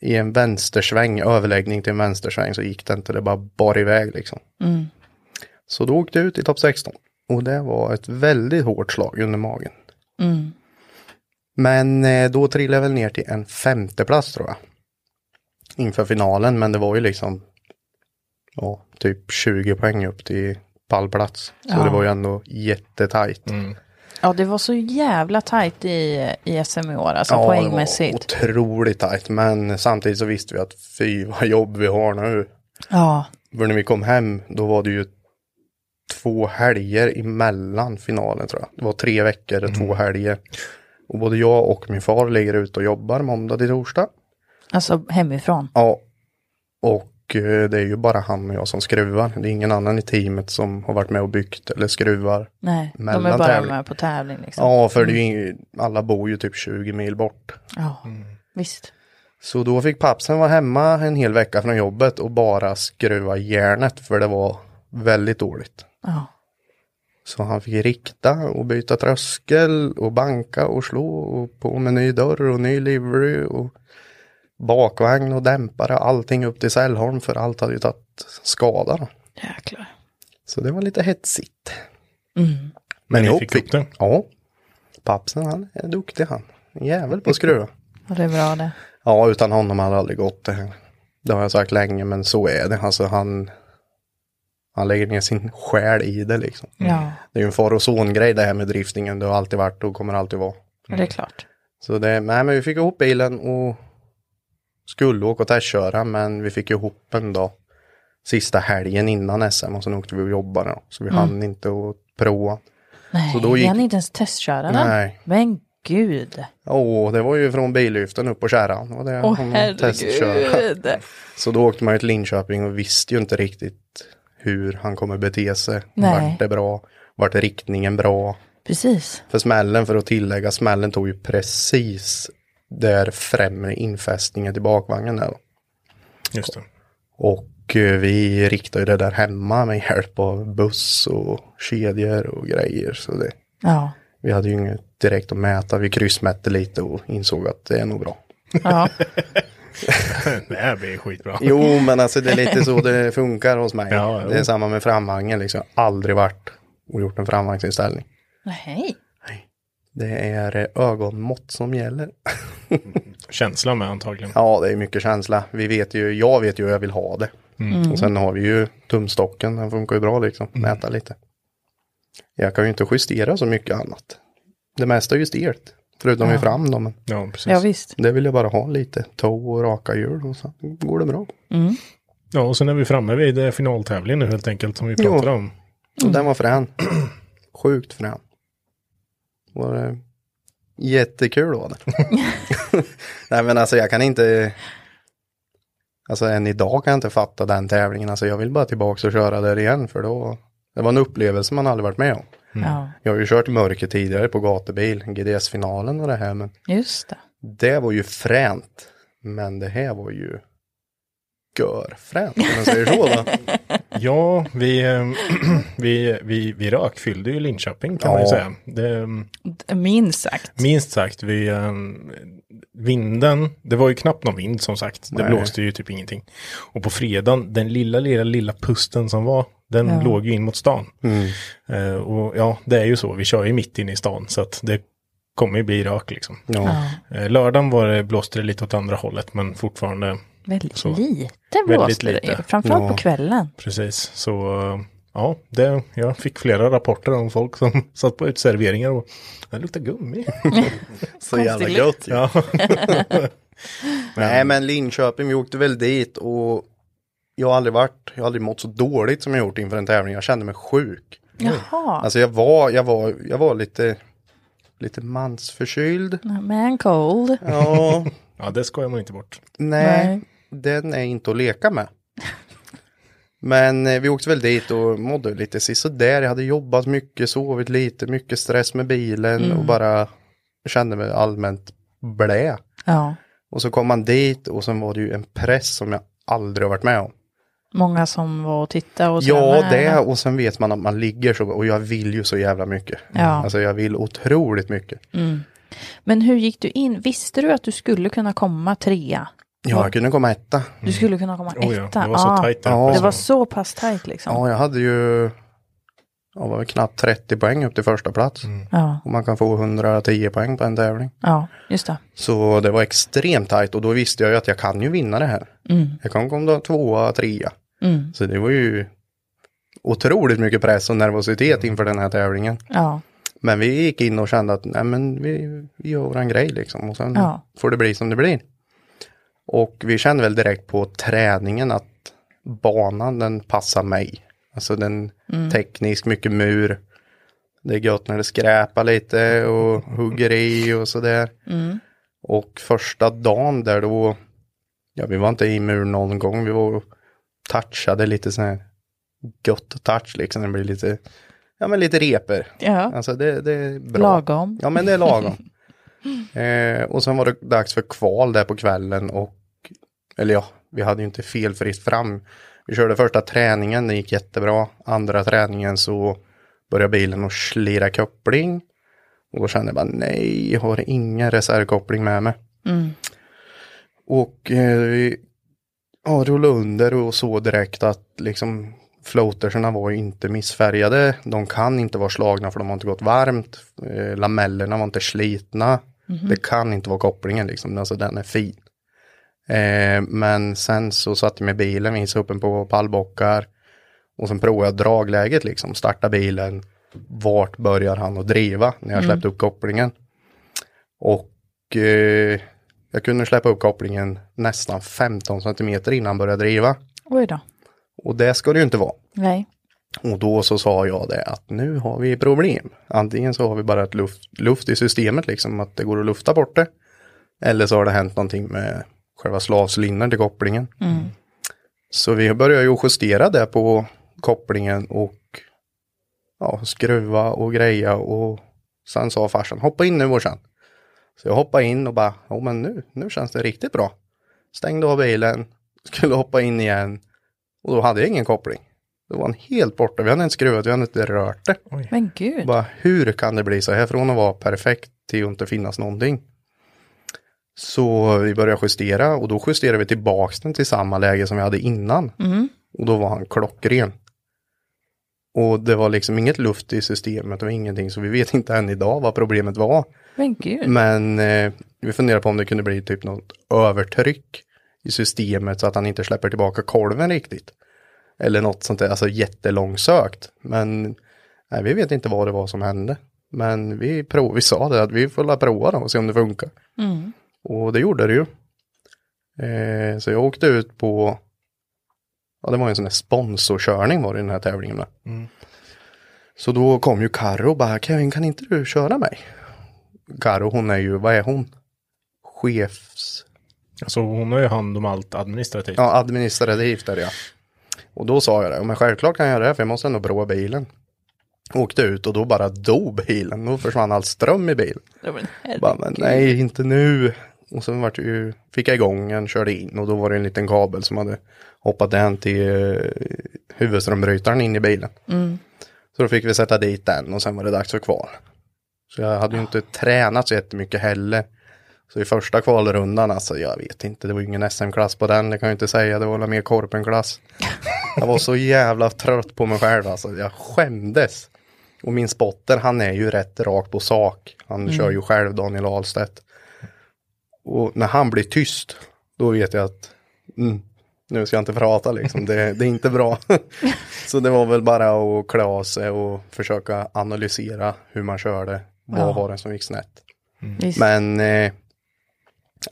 D: i en vänstersväng, överläggning till en vänstersväng så gick det inte, det bara bar iväg liksom. Så då åkte jag ut i topp 16 och det var ett väldigt hårt slag under magen. Men eh, då trillade jag väl ner till en femteplats tror jag. Inför finalen, men det var ju liksom ja, typ 20 poäng upp till pallplats. Så det var ju ändå jättetajt.
C: ja, det var så jävla tajt i, i SM i år, alltså
D: ja,
C: poängmässigt.
D: det var otroligt tajt, men samtidigt så visste vi att fy vad jobb vi har nu.
C: Ja,
D: För när vi kom hem, då var det ju två helger emellan finalen tror jag. Det var tre veckor, två helger. Och både jag och min far ligger ute och jobbar måndag till torsdag.
C: alltså hemifrån.
D: Ja. Och eh, det är ju bara han och jag som skruvar. Det är ingen annan i teamet som har varit med och byggt eller skruvar.
C: Nej, de är
D: Mellan
C: bara
D: tävling.
C: med på tävling liksom.
D: Ja, för det är ju, ing- alla bor ju typ 20 mil bort.
C: Ja, visst.
D: Så då fick pappsen vara hemma en hel vecka från jobbet och bara skruva järnet för det var väldigt dåligt.
C: Ja.
D: Så han fick rikta och byta tröskel och banka och slå och på med ny dörr och ny livery och bakvagn och dämpare allting upp till Sällholm för allt hade ju tagit skada då.
C: Jäklar.
D: Så det var lite hetsigt.
G: Men ni
D: ihop
G: fick upp den.
D: Ja. Pappsen han är duktig han. En jävel på att skruva.
C: Ja, det är bra det.
D: Ja, utan honom hade det aldrig gått det här. Det har jag sagt länge, men så är det. Alltså han, han lägger ner sin själ i det liksom.
C: Ja,
D: Det är ju en far och son-grej det här med driftingen. Det har alltid varit och kommer alltid vara.
C: det är klart.
D: Så det, nej men vi fick ihop bilen och skulle åka och testköra, men vi fick ihop en dag. Sista helgen innan SM och sen åkte vi och jobbade då, så vi hann inte att prova.
C: Mm. Nej,
D: Så då gick-
C: vi hann inte ens testköra den.
D: Nej.
C: Men gud.
D: Åh, det var ju från billyften upp på kärran. Det var det
C: Åh
D: han testkörde.
C: herregud.
D: Så då åkte man ju till Linköping och visste ju inte riktigt hur han kommer bete sig.
C: Nej.
D: Vart det bra? Vart är riktningen bra?
C: Precis.
D: För smällen, för att tillägga, smällen tog ju precis där främre infästningen till bakvagnen är. då.
G: Just det.
D: Och eh, vi riktade ju det där hemma med hjälp av buss och kedjor och grejer. Så det,
C: Ja.
D: vi hade ju inget direkt att mäta. Vi kryssmätte lite och insåg att det är nog bra.
C: ja.
G: Det här blir skitbra.
D: Jo, men alltså det är lite så det funkar hos mig.
G: Ja, jo.
D: det är samma med framvagnen, liksom. Jag har aldrig varit och gjort en framvagnsinställning.
C: Nej.
D: Det är eh, ögonmått som gäller.
G: Känslan med antagligen.
D: Ja, det är mycket känsla. Vi vet ju, jag vet ju hur jag vill ha det.
G: Mm.
D: Och sen har vi ju tumstocken, den funkar ju bra liksom, mäta lite. Jag kan ju inte justera så mycket annat. Det mesta är ju stelt, förutom i fram då, men
G: Ja, precis.
C: Ja, visst.
D: det vill jag bara ha lite tå och raka hjul och så går det bra.
G: Ja, och sen är vi framme vid eh, finaltävlingen nu helt enkelt som vi pratade om.
D: Och den var frän. Sjukt frän. Var det Jättekul var det. Nej men alltså jag kan inte, alltså än idag kan jag inte fatta den tävlingen. Alltså jag vill bara tillbaka och köra där igen för då, det var en upplevelse man aldrig varit med om.
C: Ja,
D: Jag har ju kört i mörker tidigare på gatubil, GDS-finalen och det här men
C: just det.
D: det var ju fränt. Men det här var ju görfränt om man säger så då.
G: Ja, vi, eh, vi, vi, vi rökfyllde ju Linköping kan man ju
D: Ja.
G: säga. Det, eh,
C: D- Minst sagt.
G: minst sagt, vi, eh, vinden, det var ju knappt någon vind som sagt. Det
D: Nej.
G: blåste ju typ ingenting. Och på fredagen, den lilla, lilla, lilla pusten som var, den låg ju in mot stan.
D: Mm,
G: Eh, och ja, det är ju så, vi kör ju mitt inne i stan så att det kommer ju bli rök liksom.
D: Ja.
G: Eh, lördagen var det, blåste det lite åt andra hållet men fortfarande
C: Väldigt
G: Så.
C: lite blåste det ju,
G: lite.
C: framförallt på
D: Ja.
C: kvällen.
G: Precis, så eh, ja, det, jag fick flera rapporter om folk som satt på utserveringar och det luktar gummi.
D: Så jävla
C: Konstig
D: gött.
G: ja.
D: Nej men Linköping, vi åkte väl dit och jag har aldrig varit, jag har aldrig mått så dåligt som jag gjort inför en tävling. Jag kände mig sjuk.
C: Jaha,
D: Alltså jag var, jag var, jag var lite, lite mansförkyld.
C: man cold.
D: Ja,
G: ja, det skojar man inte bort.
D: nej, den är inte att leka med. Men eh, vi åkte väl dit och mådde lite sisådär. Jag hade jobbat mycket, sovit lite, mycket stress med bilen och bara kände mig allmänt blä.
C: Ja,
D: Och så kom man dit och sen var det ju en press som jag aldrig har varit med om.
C: många som var och tittade och så
D: Ja,
C: där, men-
D: det och sen vet man att man ligger så och jag vill ju så jävla mycket.
C: Ja.
D: Alltså jag vill otroligt mycket.
C: Men hur gick du in? Visste du att du skulle kunna komma trea?
D: Ja, jag kunde komma etta.
C: Du skulle kunna komma
G: Oh, ja,
C: etta?
G: det var så
C: Ah,
G: tajt där.
D: Ja.
C: Det
G: precis.
C: var så pass tajt liksom?
D: Ja, jag hade ju ja, var väl knappt 30 poäng upp till första plats.
C: Ja,
D: Och man kan få 110 poäng på en tävling.
C: ja just det.
D: Så det var extremt tajt och då visste jag ju att jag kan ju vinna det här. Jag kan komma då tvåa, trea. Så det var ju otroligt mycket press och nervositet inför den här tävlingen.
C: Ja,
D: Men vi gick in och kände att nej men vi, vi gör våran grej liksom och sen
C: Ja.
D: får det bli som det blir. Och vi kände väl direkt på träningen att banan den passar mig. Alltså den teknisk, mycket mur. Det är gött när det skräpar lite och hugger i och sådär. Och första dagen där då, ja vi var inte i mur någon gång, vi var och touchade lite sån här gött touch liksom, det blir lite, ja men lite reper.
C: ja.
D: Alltså det, det är bra.
C: lagom.
D: Ja men det är lagom. eh, och sen var det dags för kval där på kvällen och, eller ja, vi hade ju inte felfritt fram. Vi körde första träningen, det gick jättebra. Andra träningen så började bilen att slira koppling. Och då kände jag bara nej, jag har ingen reservkoppling med mig.
C: Mm.
D: Och eh, vi ja, rullade under och såg direkt att liksom floaterserna var ju inte missfärgade. De kan inte vara slagna för de har inte gått varmt. Eh, lamellerna var inte slitna. Det kan inte vara kopplingen liksom, alltså den är fin. Eh, men sen så satt jag med bilen, vi hissade upp den på pallbockar. Och sen provade jag dragläget liksom, starta bilen. Vart börjar han att driva när jag släppte upp kopplingen? Och eh, jag kunde släppa upp kopplingen nästan 15 centimeter innan han började driva.
C: Oj då.
D: Och det ska det ju inte vara.
C: Nej.
D: Och då så sa jag det att nu har vi problem. Antingen så har vi bara ett luft, luft i systemet liksom att det går att lufta bort det. Eller så har det hänt någonting med själva slavslinnan till kopplingen. Så vi började ju justera det på kopplingen och ja, skruva och greja och sen sa farsan hoppa in nu morsan. Så jag hoppade in och bara, ja men nu, nu känns det riktigt bra. Stängde av bilen, skulle hoppa in igen och då hade jag ingen koppling. Då var han helt borta. Vi hade inte skruvat, vi hade inte rört det.
C: Men gud.
D: Bara, hur kan det bli så här från att vara perfekt till att inte finnas någonting? Så vi började justera och då justerade vi tillbaks den till samma läge som vi hade innan. Och då var han klockren. Och det var liksom inget luft i systemet och ingenting så vi vet inte än idag vad problemet var.
C: Men gud.
D: Men eh, vi funderar på om det kunde bli typ något övertryck i systemet så att han inte släpper tillbaka kolven riktigt. Eller något sånt där, alltså jättelångsökt. Men nej, vi vet inte vad det var som hände. Men vi, prov, vi sa det att vi får la prova då och se om det funkar. Och det gjorde det ju. Eh, så jag åkte ut på, ja det var ju en sån där sponsorkörning var det i den här tävlingen med. Så då kom ju Carro och bara, Kevin kan inte du köra mig? Karo hon är ju, vad är hon? Chefs...
G: Alltså hon har ju hand om allt administrativt.
D: Ja, administrativt är det ja. Och då sa jag det, men självklart kan jag göra det här, för jag måste ändå broa bilen. Åkte ut och då bara dog bilen, då försvann all ström i bilen.
C: Ja, men herregud.
D: Bara, men nej, inte nu. Och sen vart det ju, fick jag igång den, körde in och då var det en liten kabel som hade hoppat den till eh, huvudströmbrytaren in i bilen. Så då fick vi sätta dit den och sen var det dags för kval. Så jag hade ju inte tränat så jättemycket heller. Så i första kvalrundan, alltså jag vet inte, det var ju ingen SM-klass på den, det kan jag inte säga, det var väl mer korpenklass. Jag var så jävla trött på mig själv alltså, jag skämdes. Och min spotter, han är ju rätt rakt på sak. Han kör ju själv, Daniel Ahlstedt. Och när han blir tyst, då vet jag att mm, nu ska jag inte prata liksom, det, det är inte bra. så det var väl bara att klä av sig och försöka analysera hur man körde. Vad var det som gick snett?
C: Visst.
D: Men eh,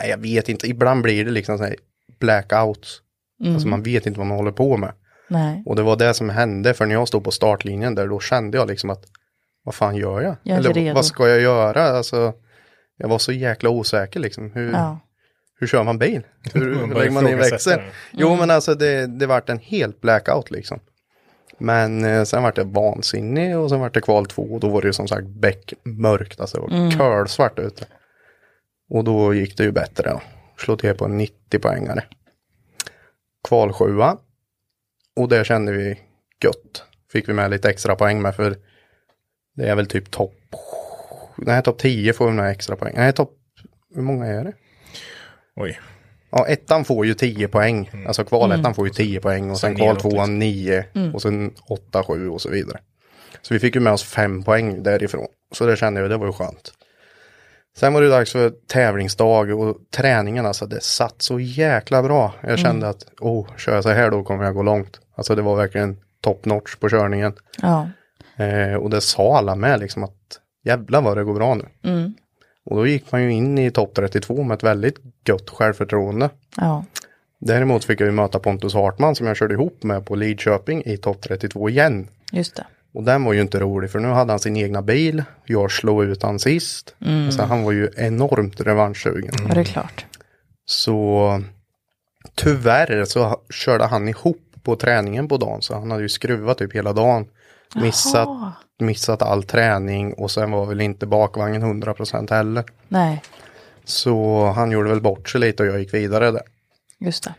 D: nej, jag vet inte, ibland blir det liksom så här blackouts. Alltså man vet inte vad man håller på med.
C: Nej.
D: Och det var det som hände, för när jag stod på startlinjen där, då kände jag liksom att vad fan gör jag?
C: Jag är inte
D: Eller
C: redo.
D: vad ska jag göra? Alltså, jag var så jäkla osäker liksom. Hur,
C: Ja.
D: hur kör man bil? Hur, hur
G: börjar
D: lägger man in
G: ifrågasätta
D: växeln?
G: det.
D: Jo men alltså det, det vart en helt blackout liksom. Men eh, sen vart det vansinnig och sen vart det kval två och då var det ju som sagt bäckmörkt, alltså det var curlsvart ute. Och då gick det ju bättre och slog till på en 90-poängare. Kval sjua. Och där kände vi gött. Fick vi med lite extra poäng med för det är väl typ topp, nej topp 10 får vi med extra poäng. Nej topp, hur många är det?
G: Oj.
D: Ja, ettan får ju 10 poäng. Alltså kvalettan får ju 10 poäng och sen,
G: Sen
D: kval
G: neråt,
D: tvåan 9 och sen 8, 7 och så vidare. Så vi fick ju med oss 5 poäng därifrån. Så det kände jag, det var ju skönt. Sen var det dags för tävlingsdag och träningen alltså, det satt så jäkla bra. Jag kände att, oh, kör jag så här då kommer jag gå långt. Alltså det var verkligen top notch på körningen.
C: Ja.
D: Eh, och det sa alla med liksom att jävlar vad det går bra nu. Och då gick man ju in i topp 32 med ett väldigt gött självförtroende.
C: Ja.
D: Däremot fick jag ju möta Pontus Hartman som jag körde ihop med på Lidköping i topp 32 igen.
C: Just det.
D: Och den var ju inte rolig för nu hade han sin egna bil. Jag slog ut han sist. Så han var ju enormt revanschsugen.
C: Ja, det är klart.
D: Så tyvärr så ha- körde han ihop på träningen på dagen så han hade ju skruvat typ hela dagen. Missat, missat all träning och sen var väl inte bakvagnen 100% heller.
C: Nej,
D: Så han gjorde väl bort sig lite och jag gick vidare där.
C: just det.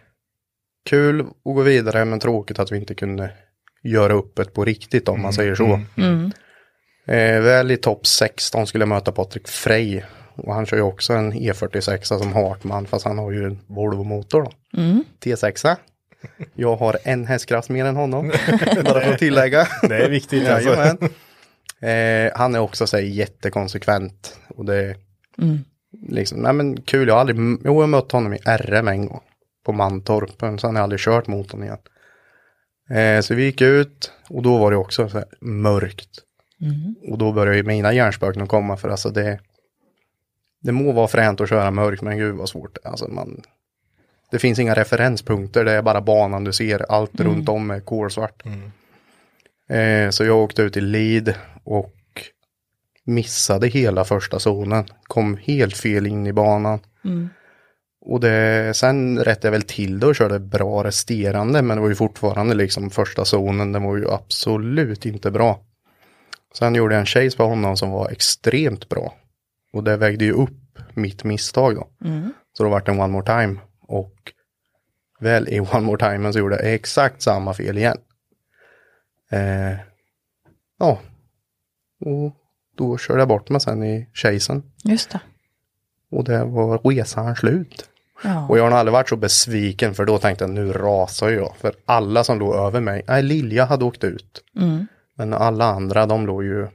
D: kul att gå vidare men tråkigt att vi inte kunde göra upp ett på riktigt om man
G: Mm.
D: säger så. Eh, väl i topp 16 skulle jag möta Patrik Frey. Och han kör ju också en E46 som Hartman fast han har ju en Volvo-motor då. T6. Jag har en hästkraft mer än honom. Bara för att tillägga.
G: Det är viktigt alltså.
D: Jajamän. Eh, han är också så här, jättekonsekvent. Och det är liksom, nej men kul, jag har aldrig, jo jag har mött honom i RM en gång. På Mantorp, men sen har jag aldrig kört mot honom igen. Eh, så vi gick ut och då var det också så här mörkt. Och då började ju mina hjärnspöken att komma för alltså det, det må vara fränt att köra mörkt men gud vad svårt. Alltså man, det finns inga referenspunkter, det är bara banan du ser, allt runt om är kolsvart. Eh, så jag åkte ut i lead och missade hela första zonen. Kom helt fel in i banan. Och det, sen rättade jag väl till det och körde bra resterande men det var ju fortfarande liksom första zonen, den var ju absolut inte bra. Sen gjorde jag en chase på honom som var extremt bra. Och det vägde ju upp mitt misstag då. Så då vart det en one more time. Och väl i one more time så gjorde jag exakt samma fel igen. Eh, ja. Och då körde jag bort mig sen i chasen.
C: Just det.
D: Och där var resan slut.
C: Ja.
D: Och jag har nog aldrig varit så besviken för då tänkte jag nu rasar jag. För alla som låg över mig, nej Lilja hade åkt ut. Men alla andra de låg ju,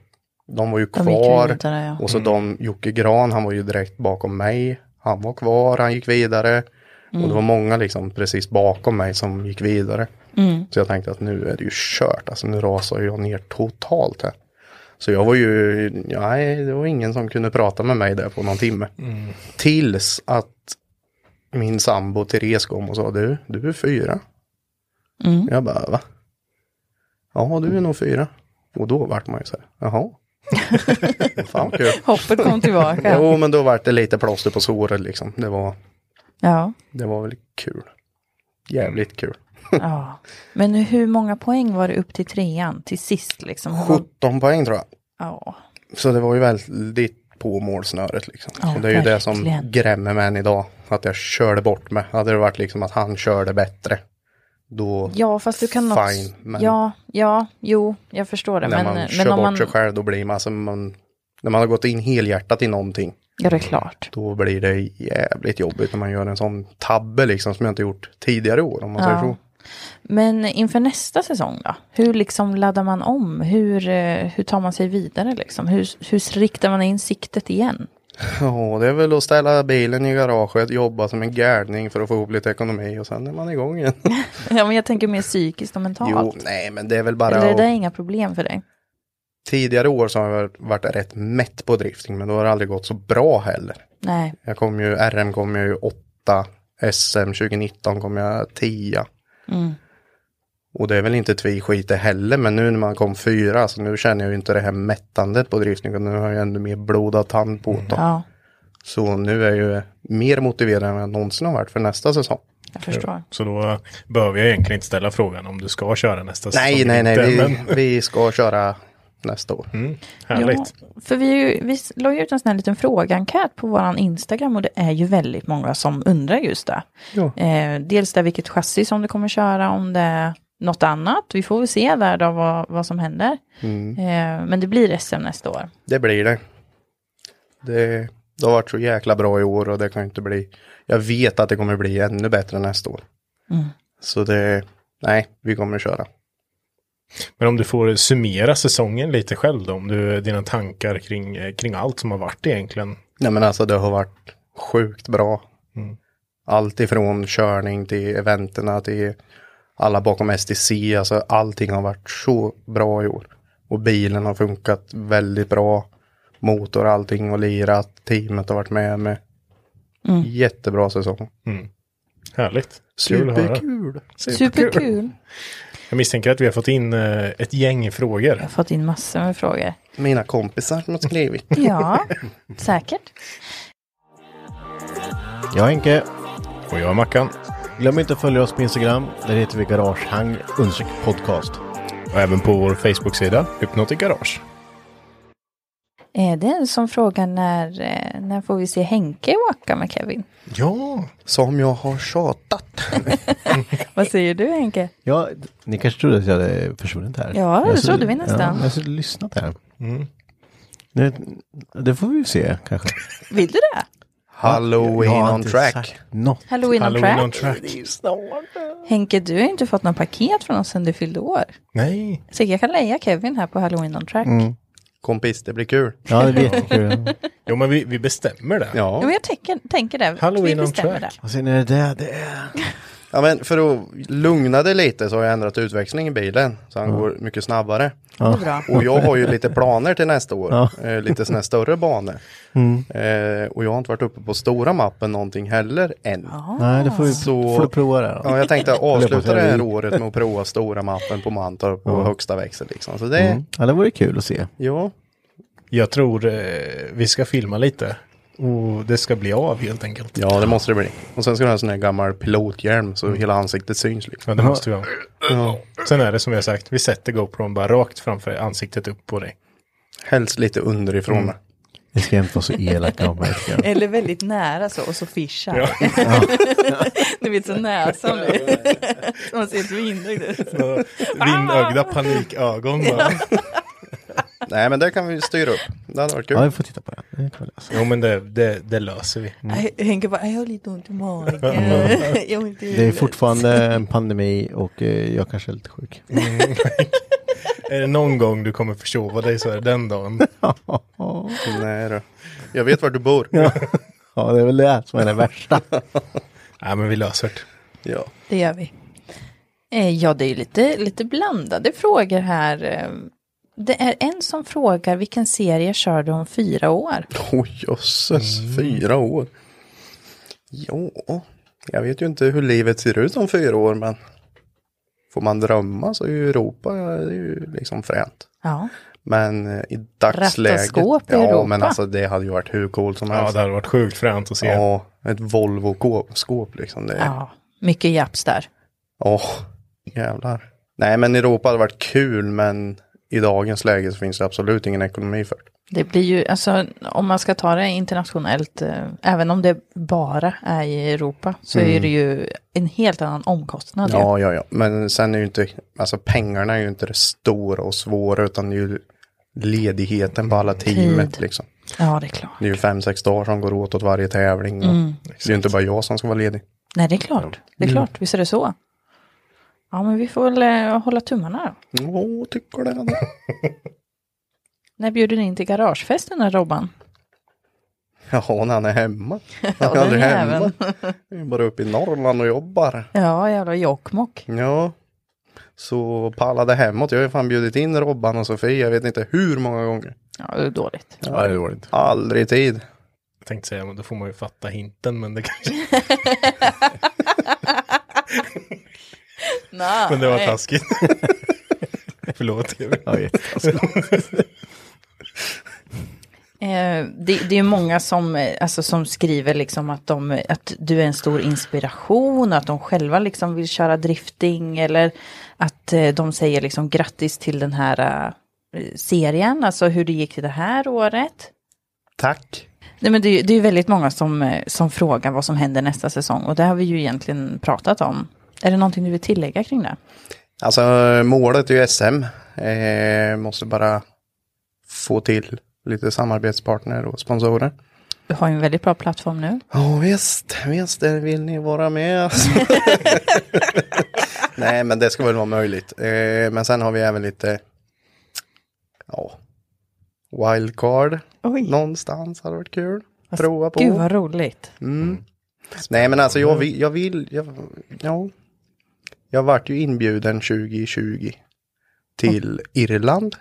D: de var ju
C: Mm. De gick ju
D: kvar.
C: vidare, ja.
D: Och så de, Jocke Gran han var ju direkt bakom mig. Han var kvar, han gick vidare.
C: Mm.
D: Och det var många liksom precis bakom mig som gick vidare.
C: Mm.
D: Så jag tänkte att nu är det ju kört, alltså nu rasar jag ner totalt här. Så jag var ju, nej det var ingen som kunde prata med mig där på någon timme. Tills att min sambo Therese kom och sa du, du är fyra.
C: Mm.
D: Jag bara va? Ja du är nog fyra. Och då vart man ju så här, jaha. Fan vad kul.
C: Hoppet kom tillbaka.
D: Jo, men då vart det lite plåster på såret liksom. Det var,
C: ja.
D: det var väl kul. Jävligt kul.
C: ja. Men hur många poäng var det upp till trean till sist liksom? Hur mång-
D: 17 poäng tror jag.
C: Ja.
D: Så det var ju väldigt på målsnöret liksom.
C: Ja,
D: och det är ju det som
C: verkligen.
D: grämmer mig än idag. Att jag körde bort mig. Hade det varit liksom att han körde bättre. Då,
C: ja, fast du kan också...
D: Fine, men-
C: Ja, ja, jo, jag förstår det.
D: när
C: Men,
D: man kör
C: men om
D: bort
C: man...
D: sig själv, då blir man, alltså, man... När man har gått in helhjärtat i någonting,
C: Ja, det är klart.
D: då blir det jävligt jobbigt när man gör en sån tabbe liksom som jag inte gjort tidigare år om man säger så.
C: Men inför nästa säsong då? Hur liksom laddar man om? Hur, eh, hur tar man sig vidare liksom? Hur, hur riktar man in siktet igen?
D: Ja, det är väl att ställa bilen i garaget, jobba som en galning för att få ihop lite ekonomi och sen är man igång igen.
C: Ja, men jag tänker mer psykiskt och
D: Jo,
C: mentalt.
D: nej men det är väl bara
C: Eller är det
D: att-
C: där inga problem för dig?
D: Tidigare år så har jag varit rätt mätt på drifting men då har det aldrig gått så bra heller.
C: Nej,
D: Jag kom ju, RM kom jag ju åtta, SM 2019 kom jag tia. Och det är väl inte tviskit det heller men nu när man kom fyra så nu känner jag ju inte det här mättandet på drifting och nu har jag ännu mer blodad tand på det.
C: ja,
D: Så nu är jag ju mer motiverad än jag någonsin har varit för nästa säsong.
C: jag förstår.
G: Så då behöver jag egentligen inte ställa frågan om du ska köra nästa
D: Nej,
G: säsong.
D: nej, nej,
G: eller inte,
D: vi,
G: men
D: vi ska köra nästa år.
C: Ja,
G: Härligt.
C: för vi, vi la ju ut en sån här liten frågeenkät på våran Instagram och det är ju väldigt många som undrar just det. Eh, dels där vilket chassi som du kommer köra, om det är något annat. Vi får väl se där då vad, vad som händer.
D: Mm.
C: Eh, men det blir SM nästa år.
D: Det blir det. det. Det har varit så jäkla bra i år och det kan ju inte bli. Jag vet att det kommer bli ännu bättre nästa år. Så det, nej, vi kommer köra.
G: Men om du får summera säsongen lite själv då, om du, dina tankar kring, eh, kring allt som har varit egentligen.
D: Nej men alltså det har varit sjukt bra. Allt ifrån körning till eventerna till alla bakom STC, alltså allting har varit så bra i år. Och bilen har funkat väldigt bra. Motor, allting och lirat, teamet har varit med mig. Jättebra säsong.
G: Härligt. Kul att höra.
D: Superkul!
C: Superkul.
G: Jag misstänker att vi har fått in eh, ett gäng frågor.
C: Jag har fått in massor med frågor.
D: Mina kompisar som har skrivit.
C: Ja, säkert.
B: Jag är Henke.
G: Och jag är Mackan.
B: Glöm inte att följa oss på Instagram. Där heter vi Garagehang understreck podcast.
G: Och även på vår Facebook-sida, Hypnotic Garage.
C: Eh, Det är en som frågar när, eh, när får vi se Henke åka med Kevin?
G: Ja,
D: Som jag har tjatat.
C: Vad säger du Henke?
B: Ja, ni kanske trodde att jag hade försvunnit här.
C: Ja, det
B: jag skulle-
C: trodde vi nästan.
B: Ja, jag skulle lyssnat här.
G: Mm.
B: Det, det får vi ju se kanske.
C: Vill du det?
D: Halloween
B: Jag har
D: on
B: inte
D: track.
B: sagt Något.
C: Halloween,
G: Halloween
C: on
G: on
C: track.
G: track.
C: Henke, du har ju inte fått något paket från oss sedan du fyllde år.
G: Nej,
C: Så jag kan leja Kevin här på Halloween on track.
G: Mm.
D: Kompis, det blir kul.
B: Ja, det blir jättekul.
G: jo men vi, vi bestämmer det.
C: Ja, men jag tänker, tänker det.
G: Halloween
C: vi
G: on
C: bestämmer
G: track.
B: Vad ser ni det där? Det är...
D: Ja men för att lugna dig lite så har jag ändrat utväxling i bilen. Så han går mycket snabbare.
C: Det. Det är bra.
D: Och jag har ju lite planer till nästa år. Eh, lite sådana här större banor. Eh, och jag har inte varit uppe på stora mappen någonting heller än.
C: Ah.
B: Nej, det får vi
D: Så-
B: får du prova det. då.
D: Ja, jag tänkte avsluta det här
B: Löparteori.
D: året med att prova stora mappen på Mantorp och högsta växel liksom. Så det,
B: Mm. Ja, det vore kul att se.
D: ja.
G: Jag tror eh, vi ska filma lite. Och det ska bli av helt enkelt.
D: Ja, det måste det bli. Och sen ska du ha en sån här gammal pilothjälm så hela ansiktet syns liksom.
G: Mm. Ja, det måste vi ha. Sen är det som jag sagt, vi sätter GoPron bara rakt framför ansiktet upp på dig. Mm.
D: Helst lite underifrån.
B: Vi ska inte vara så elaka om verkligen.
C: Eller väldigt nära så, och så fischa. du vet så näsan blir. Man ser helt vindögd ut.
G: Vindögda panikögon bara.
D: Nej, men det kan vi styra upp. Det hade varit kul.
B: Ja, vi får titta på det. det. kan vi lösa.
G: Jo men det, det, det löser vi.
C: Ah! Henke bara, jag har lite ont i magen. Jag har inte
B: Det är fortfarande en pandemi och eh, jag kanske är lite sjuk.
G: Är det någon gång du kommer försova dig så är det den dagen.
D: Nej då. eh, Jag vet var du bor.
B: Ja, det är väl det som är det värsta.
G: Nej men vi löser det.
D: Ja.
C: Det gör vi. Eh, Ja, det är ju lite, lite blandade frågor här. Eh, Det är en som frågar vilken serie kör du om fyra år?
D: Oj, jösses.
G: Mm.
D: Fyra år. Ja, jag vet ju inte hur livet ser ut om fyra år, men får man drömma så är ju Europa det är ju liksom fränt.
C: Ja.
D: Men eh, i dagsläget.
C: Rattaskåp i
D: ja,
C: Europa.
D: men alltså det hade ju varit hur coolt som
G: Ja,
D: helst.
G: det hade varit sjukt fränt att se.
D: Ja, ett Volvo-skåp liksom. Det, ja.
C: ja. Mycket japs där.
D: jävlar. Nej, men Europa hade varit kul, men i dagens läge så finns det absolut ingen ekonomi för det.
C: Det blir ju, alltså om man ska ta det internationellt, eh, även om det bara är i Europa, så är det ju en helt annan omkostnad. ju.
D: Ja, ja, ja. Men sen är ju inte, alltså pengarna är ju inte det stora och svåra, utan det är ju ledigheten på alla teamet
C: Tid.
D: liksom.
C: ja, det är klart.
D: Det är ju fem, sex dagar som går åt åt varje tävling. och
C: Mm.
D: Det är ju inte bara jag som ska vara ledig.
C: Nej, det är klart. Det är klart, visst är det så. Ja, men vi får väl eh, hålla tummarna då.
D: Åh, tycker det. då.
C: När bjuder ni in till garagefesten då, Robban?
D: Ja, när han är hemma.
C: Ja,
D: Han är aldrig
C: den
D: hemma.
C: jäveln.
D: Han är bara uppe i Norrland och jobbar.
C: Ja, jävla jokkmokk.
D: Ja. Så pallade hemåt. Jag har ju fan bjudit in Robban och Sofie, jag vet inte hur många gånger.
C: Ja, det är dåligt.
B: Ja, det är dåligt.
D: Aldrig tid.
G: Jag tänkte säga, men då får man ju fatta hinten, men det kanske...
C: Nej.
G: Men det var taskigt. Förlåt.
B: Ja, jättetaskigt.
C: Eh, det, det är ju många som, eh, alltså, som skriver liksom att, de, att du är en stor inspiration, att de själva liksom vill köra drifting eller att eh, de säger liksom grattis till den här eh, serien, alltså hur det gick det här året.
D: Tack.
C: Nej, men det, är ju- det är ju väldigt många som, eh, som frågar vad som händer nästa säsong och det har vi ju egentligen pratat om. Är det någonting du vill tillägga kring det?
D: Alltså målet är ju SM. Eh, måste bara få till lite samarbetspartner och sponsorer.
C: Du har ju en väldigt bra plattform nu.
D: Ja visst, visst det vill ni vara med. Nej men det ska väl vara möjligt. Eh, men sen har vi även lite ja, wildcard någonstans. Hade varit kul. Prova på.
C: Gud vad roligt.
D: Nej men alltså jag
C: Mm.
D: vill, jag vill jag, ja. Jag vart ju inbjuden 2020 till Irland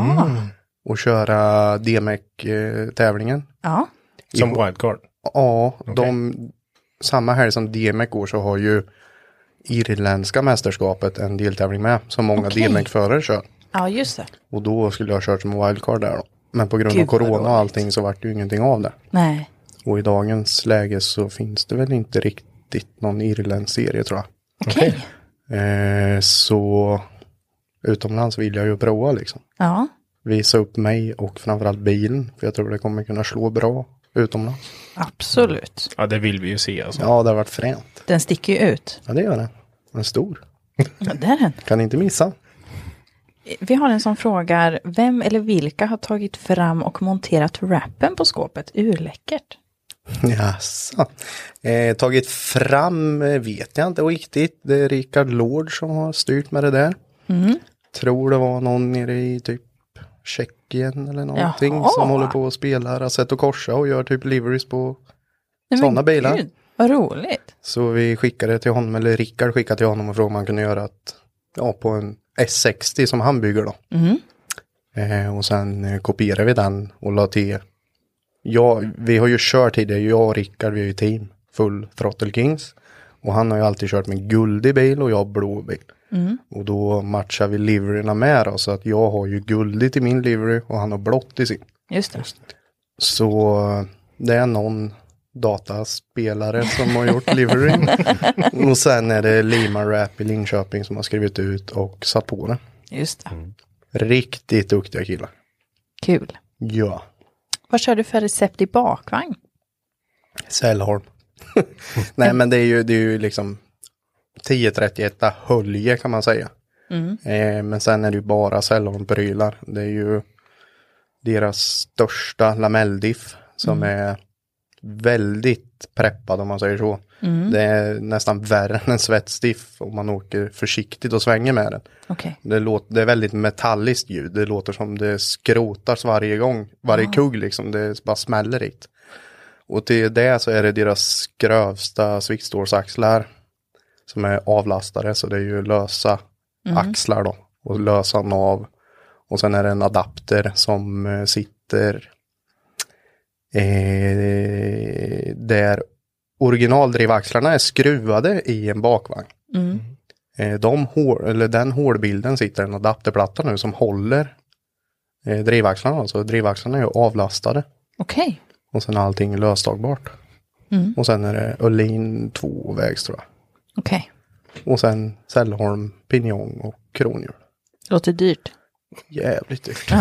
D: Mm. och köra E DMEC-tävlingen.
C: Ja,
G: Som wildcard.
D: eh, Ja, de, samma helg som DMEC går så har ju Irländska mästerskapet en deltävling med som många
C: Okej.
D: DMEC-förare kör.
C: ja just det.
D: Och då skulle jag ha kört som wildcard där då. Men på grund
C: Gud,
D: av
C: vad
D: corona
C: roligt.
D: och allting så vart det ju ingenting av det.
C: Nej.
D: Och i dagens läge så finns det väl inte riktigt någon irländsk serie tror jag.
C: Okej.
D: Eh, så utomlands vill jag ju prova liksom.
C: Ja.
D: Visa upp mig och framförallt bilen. För jag tror det kommer kunna slå bra utomlands.
C: Absolut.
G: Ja, det vill vi ju se alltså.
D: Ja, det har varit fränt.
C: Den sticker ju ut.
D: Ja, det gör det. Den är stor.
C: Ja, det är den.
D: Kan inte missa.
C: Vi har en som frågar, vem eller vilka har tagit fram och monterat wrappen på skåpet? Urläckert.
D: Jaså. Eh, tagit fram eh, vet jag inte riktigt. Det är Rickard Lord som har styrt med det där.
C: Mm.
D: Tror det var någon nere i typ Tjeckien eller någonting
C: Jaha.
D: som håller på och spelar Assetto Corsa och gör typ liveries på
C: Nej, men
D: sådana bilar.
C: Gud, vad roligt.
D: Så vi skickade till honom, eller Rickard skickade till honom och frågade om han kunde göra ett, ja, på en S60 som han bygger då. Eh, och sen eh, kopierade vi den och la till. Ja, vi har ju kört tidigare, jag och Rickard, vi är ju team, full Throttle Kings. Och han har ju alltid kört med guldig bil och jag blå bil. Och då matchar vi liveryna med då, så att jag har ju guldigt i min livery och han har blått i sin.
C: Just det.
D: Så det är någon dataspelare som har gjort liveryn. och sen är det Lima Rap i Linköping som har skrivit ut och satt på den.
C: Just det.
D: Mm. Riktigt duktiga killar.
C: Kul.
D: Ja,
C: Vad kör du för recept i bakvagn?
D: Sällholm. Nej men det är ju, det är ju liksom 1031 hölje kan man säga. Eh, men sen är det ju bara Sällholm-prylar. Det är ju deras största lamelldiff som är väldigt preppad om man säger så. Det är nästan värre än en svetsdiff om man åker försiktigt och svänger med den.
C: Okej.
D: Det, låter, det är väldigt metalliskt ljud. Det låter som det skrotas varje gång. Varje kugg liksom. Det bara smäller i. det. Och till det så är det deras grövsta sviktstålsaxlar. Som är avlastade. Så det är ju lösa axlar då. Och lösa nav. Och sen är det en adapter som eh, sitter. Eh, där originaldrivaxlarna är skruvade i en bakvagn. Eh, De hål, eller den hålbilden sitter en adapterplatta nu som håller eh, drivaxlarna. Alltså drivaxlarna är ju avlastade
C: Okej.
D: och sen är allting löstagbart. Och sen är det Öhlin tvåvägs tror jag.
C: Okej.
D: Och sen Sällholm, Pinjong och kronhjul.
C: Låter dyrt.
D: Jävligt dyrt.
C: Ja.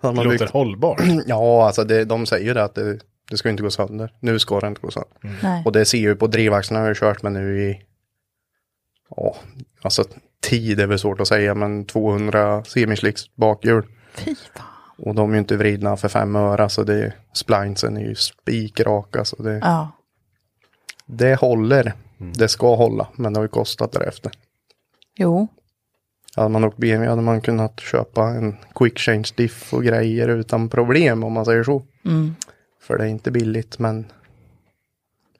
D: Har man
G: Det låter
D: byggt-
G: hållbart.
D: Ja, alltså det, de säger ju det att det, det ska inte gå sönder. Nu ska det inte gå sönder.
C: Nej.
D: Mm. Och det ser ju på drivaxlarna har jag kört med nu i, ja, alltså tid är väl svårt att säga, men 200 semislicks bakhjul.
C: Fy fan.
D: Och de är ju inte vridna för fem öre, så det, splinesen är ju spikraka. Så det,
C: Ja.
D: det håller, det ska hålla, men det har ju kostat därefter.
C: Jo.
D: Hade man åkt BMW hade man kunnat köpa en quick change diff och grejer utan problem om man säger så. För det är inte billigt men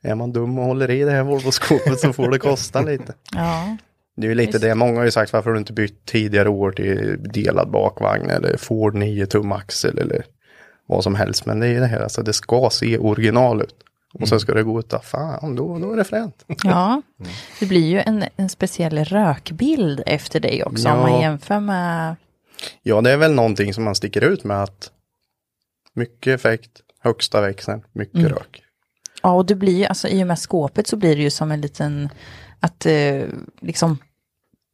D: är man dum och håller i det här Volvo-skåpet så får det kosta lite.
C: Ja.
D: Det är ju lite det, många har ju sagt varför har du inte bytt tidigare år till delad bakvagn eller Ford 9 tum axel eller vad som helst. Men det är ju det här, alltså det ska se original ut. Och sen ska det gå ut, ta fan då, då är det fränt.
C: ja.
D: Mm.
C: Det blir ju en, en speciell rökbild efter dig också om man
D: Ja.
C: jämför med...
D: Ja, det är väl någonting som man sticker ut med att mycket effekt, högsta växeln, mycket rök.
C: Ja, och det blir ju, alltså i och med skåpet så blir det ju som en liten, att eh, liksom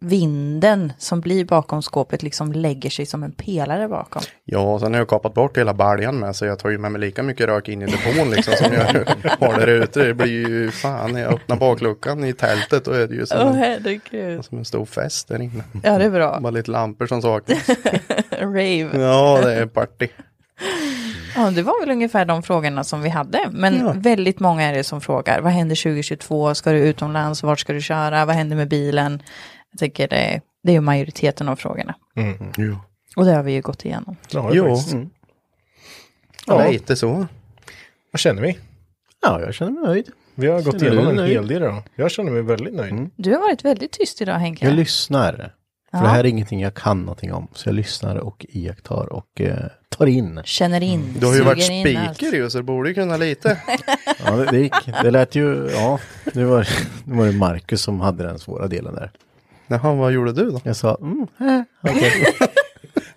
C: vinden som blir bakom skåpet liksom lägger sig som en pelare bakom.
D: Ja, och sen har jag kapat bort hela baljan med så jag tar ju med mig lika mycket rök in i depån liksom som jag har där ute. Det blir ju fan, när jag öppnar bakluckan i tältet då är det ju som, en,
C: herregud.
D: som en stor fest där inne.
C: Ja, det är bra.
D: Bara lite lampor som saknas.
C: Rave.
D: Ja, det är party.
C: Ja, det var väl ungefär de frågorna som vi hade. Men väldigt många är det som frågar, vad händer 2022? Ska du utomlands? Vart ska du köra? Vad händer med bilen? Jag tänker det, det är ju majoriteten av frågorna. Och det har vi ju gått igenom.
G: Det har det
D: Jo. Mm.
G: faktiskt.
D: Ja.
G: Ja.
D: Lite så.
G: Vad känner vi?
B: Ja, jag känner mig nöjd.
G: Vi har gått
B: Känner
G: igenom
B: du
G: en
B: nöjd?
G: hel del idag. Jag känner mig väldigt nöjd.
C: Du har varit väldigt tyst idag Henke.
B: Jag lyssnar. För det här är ingenting jag kan någonting om. Så jag lyssnar och iakttar och eh, tar in.
C: Känner in.
D: Du har ju varit
C: suger in allt.
D: speaker ju så du borde ju kunna lite.
B: Ja, det, det gick. Det lät ju, ja. Nu var, nu var det Marcus som hade den svåra delen där.
D: Jaha, vad gjorde du då?
B: Jag sa, mm, eh,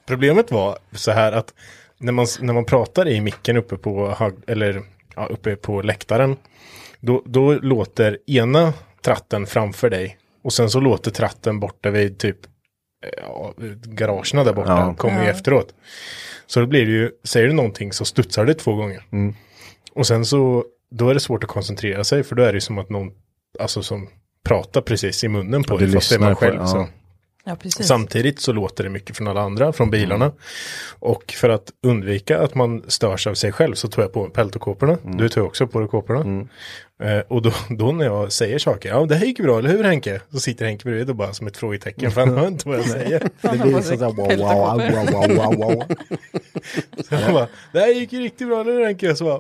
G: Problemet var så här att när man, när man pratar i micken uppe på, hög- eller, ja, uppe på läktaren, då, då låter ena tratten framför dig och sen så låter tratten borta vid typ eh, ja, garagerna där borta,
B: Ja.
G: kommer ju efteråt. Så då blir det ju, säger du någonting så studsar det två gånger.
B: Mm.
G: Och sen så, då är det svårt att koncentrera sig för då är det ju som att någon, alltså som pratar precis i munnen på
B: du
G: dig, fast det är man
B: lyssnar på-
G: själv.
B: ja.
G: Så.
C: Ja, precis.
G: Samtidigt så låter det mycket från alla andra, från bilarna. Och för att undvika att man störs av sig själv så tar jag på mig peltokåporna.
D: Mm.
G: Du tar ju också på dig kåporna. Eh, och då, då när jag säger saker, ja det här gick ju bra, eller hur Henke? Så sitter Henke bredvid och bara som ett frågetecken, för han hör inte vad jag säger.
B: det blir liksom så här, wow, wow, wow, wow, wow, wow.
G: Så jag bara, det här gick ju riktigt bra, eller hur Henke? Så bara,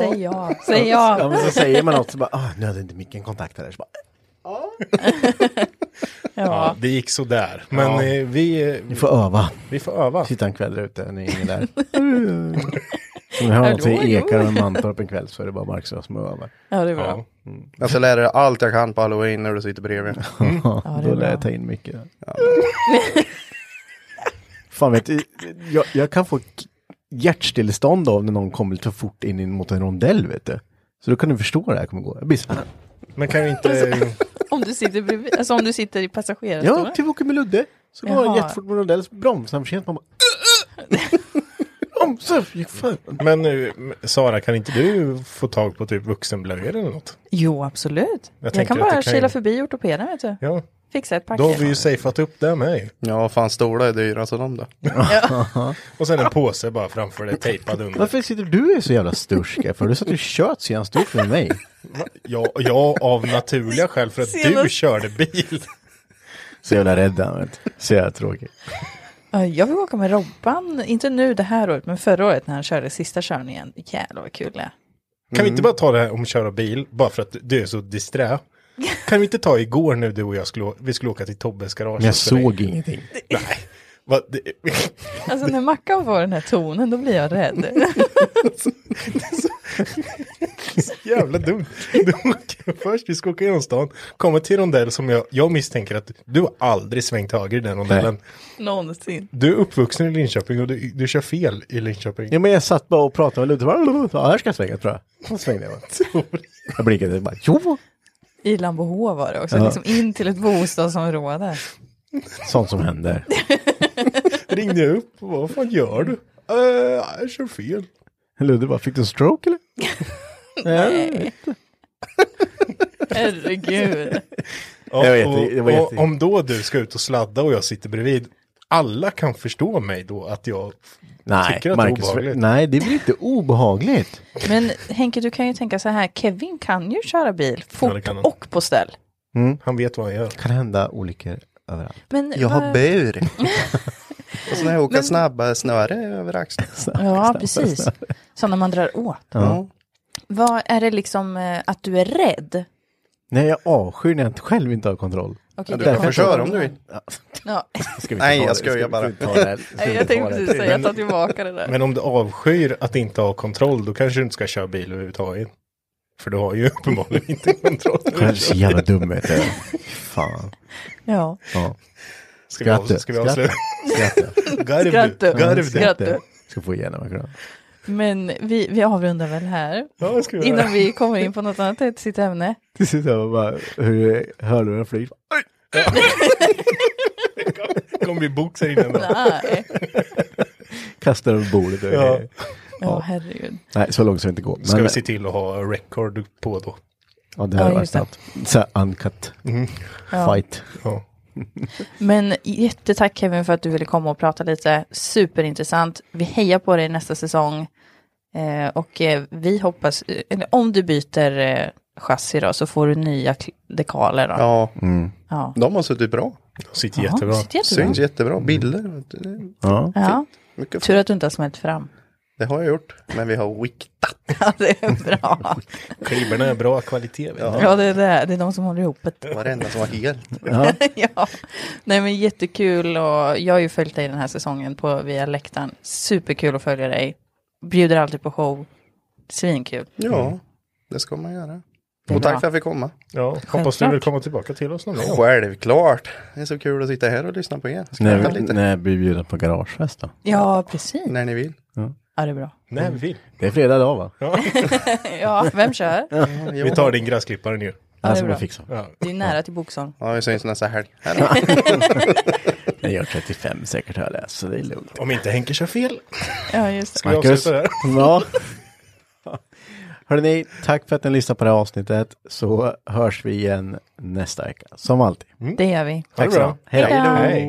C: Säg ja. Säg
B: Ja,
C: ja.
B: men så säger man något så bara, ah, nu hade inte micken kontakt där. Så bara,
G: ja,
C: ja.
G: det gick sådär. Men eh, vi, eh,
B: Ni får öva.
G: vi får öva.
B: Sitta en kväll där ute, ni är ingen där. Om ni hör något som
C: Hallå,
B: ekar om Mantorp en kväll så är det bara Marcus och jag som övar.
C: Ja, det är bra.
G: Ja.
D: Jag ska lära dig allt jag kan på halloween när du sitter bredvid.
B: Ja,
C: det är
B: då lär
C: bra.
B: jag ta in mycket. Fan vet du, jag, jag kan få k- hjärtstillestånd av när någon kommer lite fort in i- mot en rondell vet du. Så då kan du förstå hur det här kommer gå. Jag blir så här,
G: Men kan vi inte...
C: Om, du sitter bredvid, alltså, om du sitter i passagerarstolen.
B: ja, typ åker med Ludde. Så går han
C: Jaha.
B: jättefort mot en rondell, så bromsar han för sent. Man bara... "Äh, Bromsar, fy fan.
G: Men eh, Sara, kan inte du få tag på typ vuxenblöjor eller något?
C: Jo, absolut. Jag,
G: tänker att
C: kan
G: det
C: bara
G: kan
C: kila
G: ju-
C: förbi ortopeden, vet du.
G: Ja,
C: Fixa ett paket.
G: då har vi ju safeat upp det med. ju.
D: Ja, fan stolar är dyra så de då.
G: Och sen en påse bara framför dig tejpad under.
B: Varför sitter du och är så jävla sturska? För du satt ju och tjöt så jävla stort med mig.
G: Jag, jag av naturliga skäl för att du
C: Senast-
G: körde bil.
B: Så jävla rädd han vet. Så jävla tråkig.
C: Ja, Jag vill åka med Robban, inte nu det här året, men förra året när han körde sista körningen. Jävlar vad kul det är.
G: Kan vi inte bara ta det här om att köra bil, bara för att du är så disträ? Kan vi inte ta igår nu du och jag skulle, å- vi skulle åka till Tobbes garage?
B: Men jag
G: och ställa in-
B: såg ingenting.
G: Nej. Va, det,
C: Alltså när Mackan får den här tonen, då blir jag rädd.
G: Jävla dumt. Du åker först, vi ska åka genom stan, kommer till rondell som jag, jag misstänker att du har aldrig svängt höger i den rondellen.
H: Någonsin.
G: Du är uppvuxen i Linköping och du, du kör fel i Linköping.
B: Ja, men jag satt bara och pratade med Ludde. Bara, Ja, här ska jag svänga tror jag. Så svängde jag. bara. Jag blinkade och bara, jo!
H: I Lambohov var det också, liksom in till ett bostadsområde.
B: Sånt som händer.
G: Ringde jag upp och bara, vad fan gör du? Eh, jag kör fel.
B: Ludde bara, fick du en stroke eller? Nej.
H: Herregud.
G: Ja,
B: Jag vet,
G: och,
B: det var
G: och
B: jätte-
G: om då du ska ut och sladda och jag sitter bredvid, alla kan förstå mig då att jag
B: Nej,
G: tycker att det är
B: Marcus,
G: obehagligt.
B: nej, det blir inte obehagligt.
C: Men Henke, du kan ju tänka så här, Kevin kan ju köra bil fort
G: det kan han.
C: och på ställ.
G: Han vet vad han gör.
B: kan hända olyckor överallt.
C: Men
D: Jag
C: vad-
D: har bur. och så när jag åker snabba snöre över axeln.
C: Ja, precis. Sådana man drar åt.
D: Ja.
C: Vad är det liksom eh, att du är rädd?
B: Nej, jag avskyr när jag själv inte har kontroll.
C: Okej,
D: Ja,
C: det
D: du kan få
C: kommer-
D: köra om du vill.
C: Ja.
B: Ska vi inte
D: Nej,
B: ta
D: jag
B: det?
D: skojar
B: vi inte
D: bara.
B: ta det här? Ska vi
H: Nej,
B: inte
H: jag
B: ta
H: tänkte
B: det?
H: precis säga, jag tar tillbaka det där.
G: Men om du avskyr att inte ha kontroll, då kanske du inte ska köra bil överhuvudtaget. För du har ju uppenbarligen inte kontroll.
B: Själv så jävla dum vet du. Fan.
C: ja.
B: Ja.
G: Ska vi, av,
B: Skratt,
G: ska vi
B: skratt.
G: avsluta?
B: Skratt
G: Garv
C: Skratt
G: du.
C: du.
G: Garv
B: du.
G: du.
B: Skratt
C: Skratt
B: du.
C: du.
B: Ska få igenom vad jag kan.
C: Men vi, vi avrundar väl här.
G: Ja, det ska vi göra.
C: Innan vi kommer in på något annat hetsigt ämne.
B: Det ser ut som bara hur hörlurarna flyger.
G: Det kommer bli box här inne. då.
C: Nej.
B: Kastar över bordet.
G: Ja.
C: Ja, herregud.
B: Nej, så långt ska vi inte gå. Men,
G: Ska vi se till att ha record på då.
B: ja, det här
C: Ja,
B: var
C: just det.
B: snabbt. Så här uncut. Fight.
G: Ja.
C: Men jättetack Kevin för att du ville komma och prata lite. Superintressant. Vi hejar på dig nästa säsong. Eh, och eh, vi hoppas, eh, eller om du byter eh, chassi då, så får du nya kl- dekaler. Då.
D: Ja,
C: Ja.
D: de har suttit bra.
G: De sitter
C: Ja,
G: jättebra.
C: sitter jättebra.
D: Syns jättebra. Bilder.
B: Ja.
C: Ja.
D: Mycket
C: Tur att du inte har smält fram.
D: Det har jag gjort. Men vi har wiktat.
C: Ja, det är bra.
G: Skivorna är bra kvalitet. vet du.
C: Ja, det är, det. det är de som håller ihop det.
D: Varenda som var helt.
B: Mm.
C: ja. Nej men jättekul och jag har ju följt dig den här säsongen på via läktaren. Superkul att följa dig. Bjuder alltid på show. Svinkul.
D: Ja, det ska man göra. Och tack för att jag fick komma.
G: Ja, hoppas du vill komma tillbaka till oss någon gång.
D: Självklart. Det är så kul att sitta här och lyssna på er. Skratta
B: När,
D: lite.
B: när blir vi bjudna på garagefest då?
C: Ja, precis.
D: När ni vill.
C: Ja, det är bra.
G: När vi vill.
B: Det är fredag dag va?
C: Ja, vem kör?
G: Vi tar din gräsklippare nu.
B: Ja, som
C: bra.
B: jag fixar.
C: Det är nära till Boxholm.
D: Ja, vi syns nästa helg. Här då.
B: Jag gör 35 säkert har jag läst, så det är lugnt.
G: Om inte Henke kör fel.
C: Ja, just det.
G: Ska vi avsluta där?
B: Ja. Hörrni, tack för att ni lyssnade på det här avsnittet. Så hörs vi igen nästa vecka, som alltid.
I: Mm.
C: Det gör vi.
G: Mm. Ha det bra.
B: Hej då.
G: Hej.